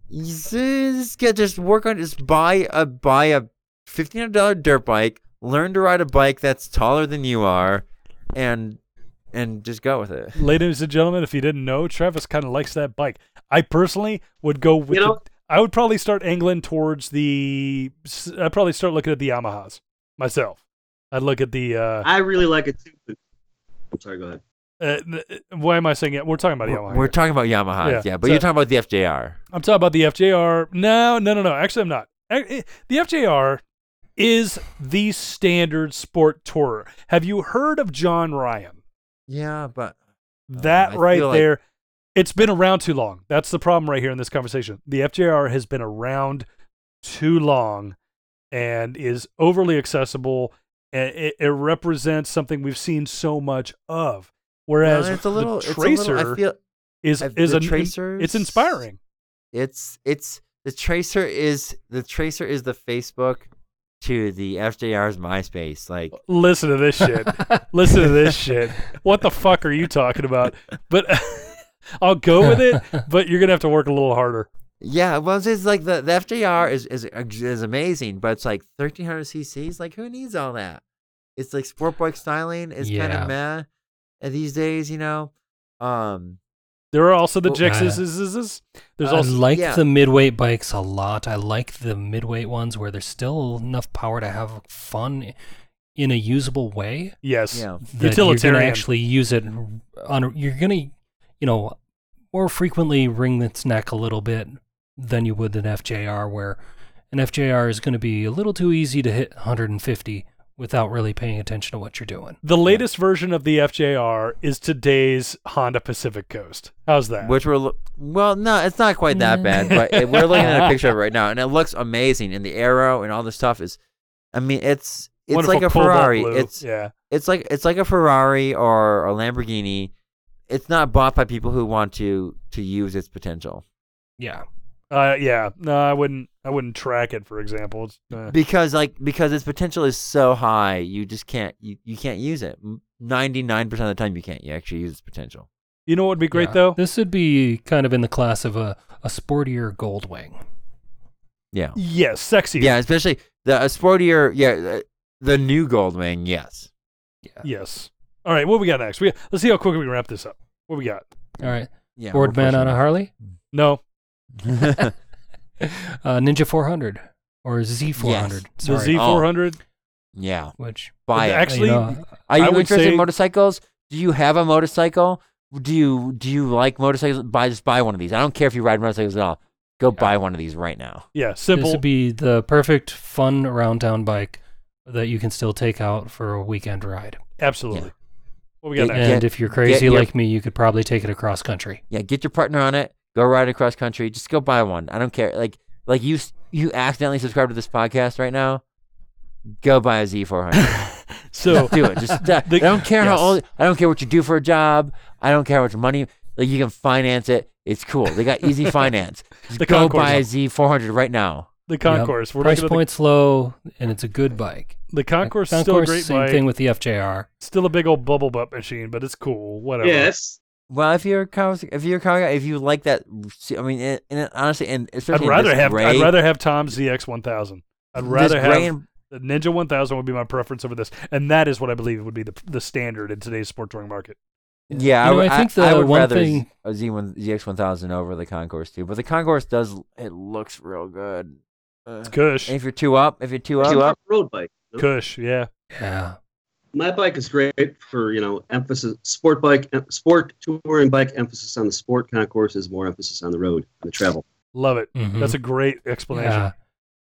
C: You see, Just get just work on just buy a buy a fifteen hundred dollar dirt bike. Learn to ride a bike that's taller than you are, and and just go with it.
E: ladies and gentlemen, if you didn't know, Travis kind of likes that bike. I personally would go with.
F: You know-
E: the, I would probably start angling towards the. s- I'd probably start looking at the Yamahas myself. I'd look at the. Uh,
F: I really like it too. But... I'm sorry. Go ahead.
E: uh, th- why am I saying it? We're talking about Yamaha.
C: We're,
E: here.
C: we're talking about Yamaha,
E: Yeah,
C: yeah, but
E: so-
C: you're talking about the FJR.
E: I'm talking about the FJR. No, no, no, no. Actually, I'm not. Ac- eh, The FJR is the standard sport tourer. Have you heard of John Ryan?
C: Yeah, but
E: That
C: Uh, I
E: right
C: feel like-
E: there. It's been around too long. That's the problem right here in this conversation. The FJR has been around too long and is overly accessible. And it, it represents something we've seen so much of. Whereas
C: it's a little
E: the tracer
C: It's a little, I feel
E: is
C: I-
E: is
C: the
E: a
C: Tracers-
E: It's inspiring.
C: it's it's the tracer is the tracer is the Facebook to the FJR's MySpace. Like
E: Listen to this shit. Listen to this shit. What the fuck are you talking about? But I'll go with it, but you're going to have to work a little harder.
C: Yeah, well, it's just like the, the FJR is, is is amazing, but it's like 1300 cc's. Like, who needs all that? It's like sport bike styling is kind
D: Yeah.
C: of meh uh, these days, you know. Um,
E: There are also the
C: Well,
E: Jixes.
D: uh,
E: is- is- is- There's
D: I
E: also
D: Uh, like
C: yeah.
D: the midweight bikes a lot. I like the midweight ones where there's still enough power to have fun in a usable way.
E: yes.
C: yeah,
D: that You're
E: Utilitarian.
D: gonna actually use it on. You're gonna, you know, more frequently wring its neck a little bit than you would an FJR, where an FJR is going to be a little too easy to hit 150 without really paying attention to what you're doing.
E: The latest version of the FJR is today's Honda Pacific Coast. How's that?
C: which we're lo- well, no, it's not quite
E: Mm.
C: that bad, but it- we're looking at a picture of it right now, and it looks amazing. And the arrow and all the stuff is, I mean, it's it's
E: Wonderful
C: like a
E: cobalt
C: Ferrari.
E: blue.
C: It's
E: yeah.
C: it's like it's like a Ferrari or a Lamborghini. It's not bought by people who want to to use its potential.
D: Yeah.
E: Uh, yeah. No, I wouldn't. I wouldn't track it. For example, it's, uh,
C: because like because its potential is so high you just can't you, you can't use it 99% of the time you can't you actually use its potential
E: you know what would be great
D: Yeah.
E: though?
D: This would be kind of in the class of a, a sportier Goldwing.
C: yeah
E: Yes, sexy.
C: yeah especially the a sportier yeah the, the new goldwing yes
E: Yes. All right. What we got next? We let's see how quick we can wrap this up. What we got?
D: All
C: yeah
D: right. Board
C: we're
D: man on a
C: pushing
D: Harley.
E: No.
C: it.
D: Uh, Ninja 400 or Z400.
E: The
D: Sorry.
E: Z400.
C: yeah
D: which
C: buy it
E: Actually,
D: you know,
C: are you
E: I would
C: interested
E: say-
C: in motorcycles do you have a motorcycle do you do you like motorcycles buy just buy one of these i don't care if you ride motorcycles at all go buy one of these right now
E: Yeah,
D: This
E: simple.
D: would be the perfect fun around town bike that you can still take out for a weekend ride.
E: Absolutely.
C: Yeah.
E: What we got
C: Yeah.
E: next?
D: and
C: Get-
D: if you're crazy
C: your-
D: like me, you could probably take it across country.
C: Yeah, get your partner on it. Go ride across country. Just go buy one. I don't care. Like like you s- you accidentally subscribe to this podcast right now. Go buy a Z400.
E: So
C: do it. Just uh,
E: The-
C: I don't care
E: yes.
C: how old. I don't care what you do for a job. I don't care how much money. Like you can finance it. It's cool. They got easy finance. Just
E: The
C: go
E: Concorde.
C: buy a Z400 right now.
E: the concourse.
D: Yep.
E: We're
D: Price
E: looking at
D: point's low, and it's a good bike.
E: The Concourse
D: Concourse,
E: still a great
D: same
E: bike.
D: thing with the FJR.
E: still a big old bubble butt machine, but it's cool. Whatever.
F: Yeah, that's
C: Well, if you're a comic, if you're a comic, guy, if you like that, see, I mean, it, and it- honestly, and
E: I'd
C: especially in
E: rather
C: this
E: have
C: gray,
E: I'd rather have Tom ZX 1000. I'd
C: this
E: rather
C: gray
E: have
C: and-
E: the Ninja 1000 would be my preference over this, and that is what I believe would be the the standard in today's sport touring market.
C: yeah.
D: You know,
C: I, would-
D: I think
C: I, I
D: the
C: would
D: one
C: rather
D: thing-
C: a Z1 ZX one thousand over the Concourse too, but the Concourse does it looks real good. Uh,
E: It's Cush,
C: and if you're two up, if you're two up,
H: Two up.
F: road bike.
E: Cush, yeah.
D: Yeah.
F: My bike is great for you know emphasis sport bike em- sport touring bike emphasis on the sport concourse is more emphasis on the road and the travel.
E: Love it.
D: Mhm.
E: That's a great explanation.
D: Yeah.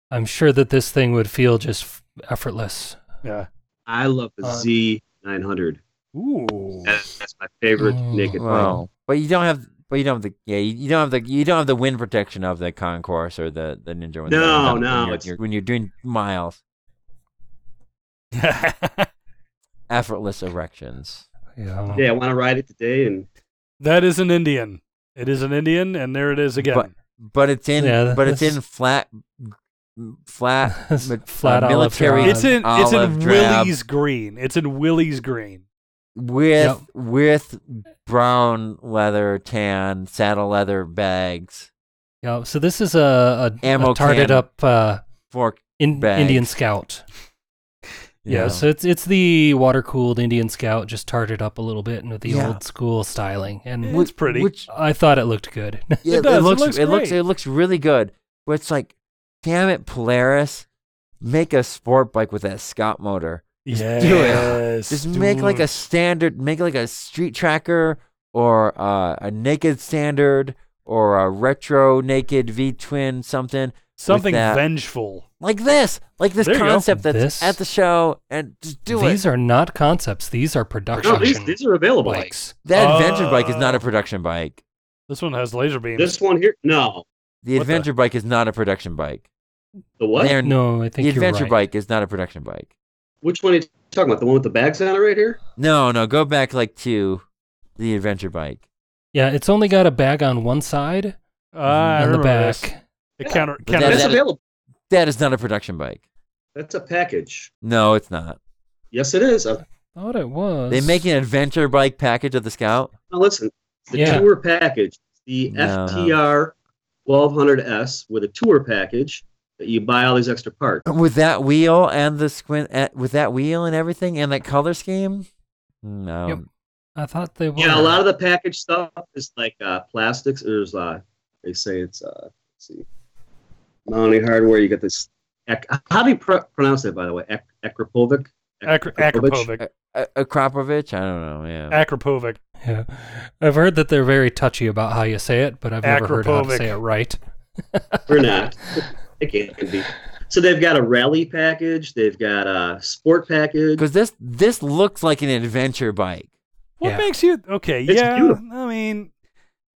D: I'm sure that this thing would feel just f- effortless.
E: Yeah.
F: I love the
D: Uh,
F: Z nine hundred.
E: Ooh.
F: That's that's my favorite
C: Mm,
D: Oh,
F: naked bike.
C: well, but you don't have. But you don't have the yeah you, you don't have the you don't have the wind protection of the concourse or the the ninja one.
F: No,
C: when
F: no,
C: you're,
F: it's-
C: you're- when you're doing miles, effortless erections.
D: Yeah.
F: Yeah, I want to ride it today, and
E: that is an Indian. It is an Indian, and there it is again.
C: But- But it's in
D: Yeah,
C: but it's
D: that's-
C: in flat flat mi-
D: Flat
C: uh,
D: olive
C: military.
D: drab.
E: it's in it's in
C: olive drab
E: Willie's green. It's in Willie's green.
C: with
D: Yep.
C: with brown leather tan saddle leather bags
D: yeah. So this is a, a,
C: Ammo
D: a tarted
C: can.
D: up uh,
C: fork.
D: in,
C: Bags.
D: Indian Scout.
C: you
D: Yeah.
C: know.
D: So it's it's the water cooled Indian Scout, just tarted up a little bit and with the
C: Yeah.
D: old school styling. And
E: It's pretty.
C: Mm. Which
D: I thought it looked good.
C: Yeah,
E: does. It
C: looks,
E: looks
C: it looks
E: great.
C: it looks really good. But it's like, damn it, Polaris, make a sport bike with that Scott motor.
E: Yes.
C: Just make like a standard, make like a street tracker or uh, a naked standard or a retro naked V twin something
E: something
C: that.
E: vengeful.
C: like this, like this
E: There you go.
C: concept that's
D: This-
C: at the show, and just do
D: these
C: it.
D: are not concepts. These are production
F: no, these these are available.
D: bikes.
C: that
E: Uh,
C: adventure bike is not a production bike.
E: This one has laser beams.
F: This one here, no,
C: The
E: what the-
C: adventure bike is not a production bike.
F: the what?
C: They're-
D: No, I think
C: the
D: you're
C: adventure
D: right.
C: bike is not a production bike.
F: Which one are you talking about? The one with the bags on it right here?
C: No, no, go back like to the adventure bike.
D: Yeah, it's only got a bag on one side
E: Ah, I
D: and the
E: remember
D: back.
E: this. It counter
C: But
E: counter.
F: that's
C: that-
F: available.
C: That is not a production bike.
F: That's a package.
C: No, it's not.
F: Yes, it is. Uh,
D: Thought it was.
C: They make an adventure bike package of the Scout.
F: now listen, the
D: Yeah.
F: tour package, the
C: No.
F: FTR 1200S with a tour package that you buy all these extra parts.
C: With that wheel and the squint, eh, with that wheel and everything, and that color scheme. No,
D: Yep. I thought they were.
F: Yeah, a lot of the package stuff is like uh, plastics. There's uh, they say it's uh, let's see, mounting hardware. You get this. Ac- how do you pro- pronounce that, by the way? Ac- Akrapovic.
E: Akro- Akropovic.
C: a, a Kropovich. I don't know. Yeah,
E: Akropovic.
D: Yeah. I've heard that they're very touchy about how you say it, but I've never heard how to
E: Acropovic.
D: say it right.
F: Or not. it can be. So they've got a rally package. They've got a sport package.
C: because this this looks like an adventure bike.
E: What
D: Yeah.
E: makes you okay?
F: It's
E: yeah,
F: beautiful.
E: I mean,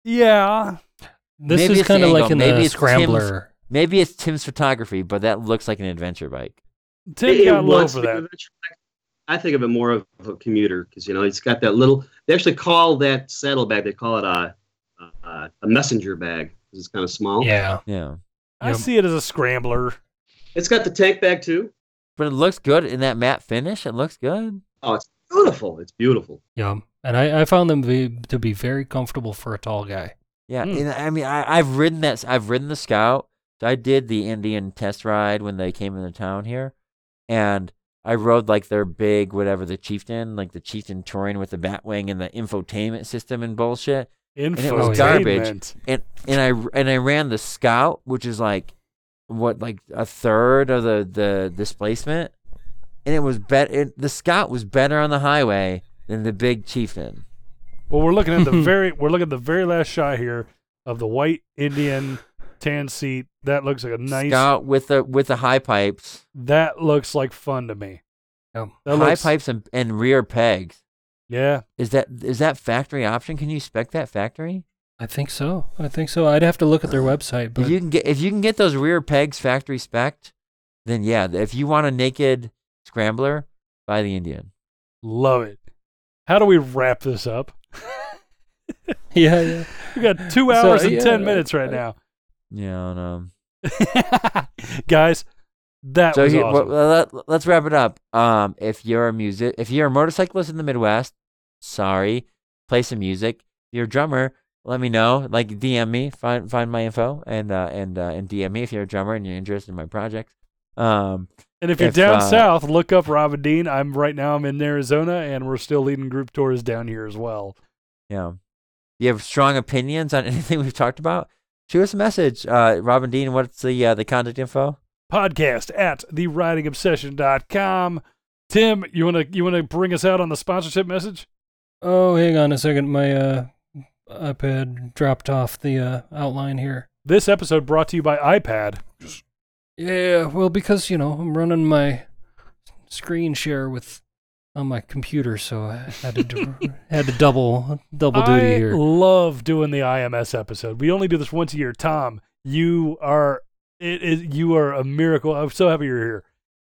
E: yeah.
D: This
C: Maybe
D: is
C: it's the
D: kind of like
C: angle.
D: in
C: Maybe
D: the
C: it's Tim's-
D: Scrambler.
C: Maybe it's Tim's photography, but that looks like an adventure bike.
E: Tim
F: It- it
E: got low
F: was
E: for
F: the
E: that.
F: convention bike. I think of it more of a commuter because you know it's got that little. They actually call that saddlebag. They call it a a, a messenger bag 'cause it's kind of small.
D: Yeah.
C: Yeah,
E: I
D: Yeah.
E: see it as a scrambler.
F: It's got the tank bag too.
C: but it looks good in that matte finish. It looks good.
F: Oh, it's beautiful. It's beautiful.
D: Yeah. And I, I found them be, to be very comfortable for a tall guy.
C: Yeah,
E: Mm.
C: and I mean, I, I've ridden that. I've ridden the Scout. I did the Indian test ride when they came into town here, and I rode like their big whatever the chieftain, like the chieftain touring with the Batwing and the infotainment system and bullshit. was
E: Infotainment.
C: garbage. And and I and I ran the Scout, which is like what like a third of the the displacement, and it was better. The Scout was better on the highway than the big chieftain.
E: Well, we're looking at the very we're looking at the very last shot here of the white Indian tan seat. That looks like a nice.
C: Scout with the with the high pipes.
E: That looks like fun to me.
D: Yeah.
E: That
C: high
E: looks,
C: pipes and, and rear pegs.
E: Yeah.
C: Is that is that factory option? Can you spec that factory?
D: I think so. I think so. I'd have to look at their website, but
C: if you can get if you can get those rear pegs factory spec'd, then yeah. If you want a naked scrambler, buy the Indian.
E: Love it. How do we wrap this up?
D: yeah, yeah.
E: We got two
D: So,
E: hours and
D: yeah,
E: ten
D: uh,
E: minutes right
D: uh,
E: now,
C: Yeah, no.
E: guys. That
C: um, so
E: was
C: here,
E: awesome.
C: well, let, let's wrap it up. Um, if you're a music, if you're a motorcyclist in the Midwest, sorry, play some music. If you're a drummer, let me know. Like DM me, find find my info, and uh, and uh, and DM me if you're a drummer and you're interested in my project. Um,
E: and if you're
C: if,
E: down
C: uh,
E: south, look up Robin Dean. I'm right now. I'm in Arizona, and we're still leading group tours down here as well.
C: yeah. You have strong opinions on anything we've talked about? Shoot us a message, uh, Robin Dean. What's the uh, the contact info?
E: Podcast at theridingobsession.com. Tim, you wanna you wanna bring us out on the sponsorship message?
D: Oh, hang on a second. My uh, iPad dropped off the uh, outline here.
E: This episode brought to you by iPad.
D: Yeah, well, because you know I'm running my screen share with on my computer, so I had to had to double double duty
E: I
D: here.
E: love doing the IMS episode. We only do this once a year. Tom, you are it is you are a miracle. I'm so happy you're here.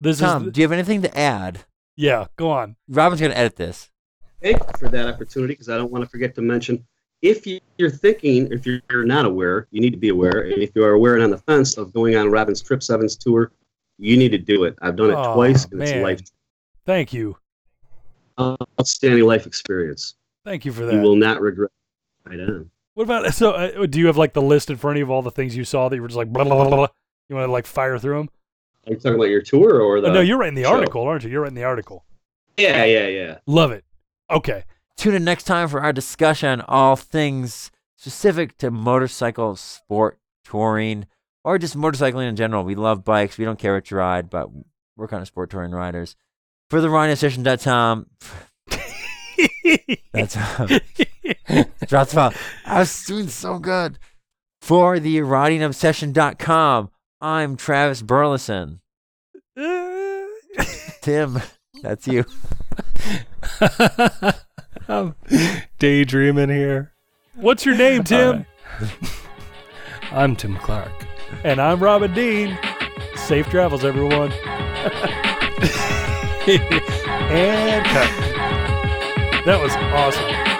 E: This
C: Tom,
E: is
C: do you have anything to add?
E: yeah. Go on.
C: Robin's gonna edit this.
F: Thank you for that opportunity because I don't want to forget to mention if you- you're thinking, if you're not aware, you need to be aware. And if you are aware and on the fence of going on Robin's Trip Sevens tour, you need to do it. I've done it
E: Aw,
F: twice and it's a
E: man.
F: life,
E: Thank you.
F: outstanding life experience.
E: Thank you for
F: You
E: that.
F: will not regret it. Right on.
E: what about so? Uh, do you have like the list in front of you of all the things you saw that you were just like blah blah blah? blah, blah? You want to like fire through them?
F: Are you talking about your tour or the?
E: Oh, no, you're writing the
F: show.
E: article, aren't you? You're writing the article.
F: Yeah, yeah, yeah.
E: Love it. Okay.
C: Tune in next time for our discussion on all things specific to motorcycle sport touring or just motorcycling in general. We love bikes. We don't care what you ride, but we're kind of sport touring riders. For the Ryan Session.com. That's um, drops file. I was doing so good. For the riding obsession.com, I'm Travis Burleson. Tim, that's you.
D: I'm daydreaming here.
E: What's your name, Tim?
D: I'm Tim Clark.
E: And I'm Robin Dean. Safe travels, everyone. and cut. That was awesome.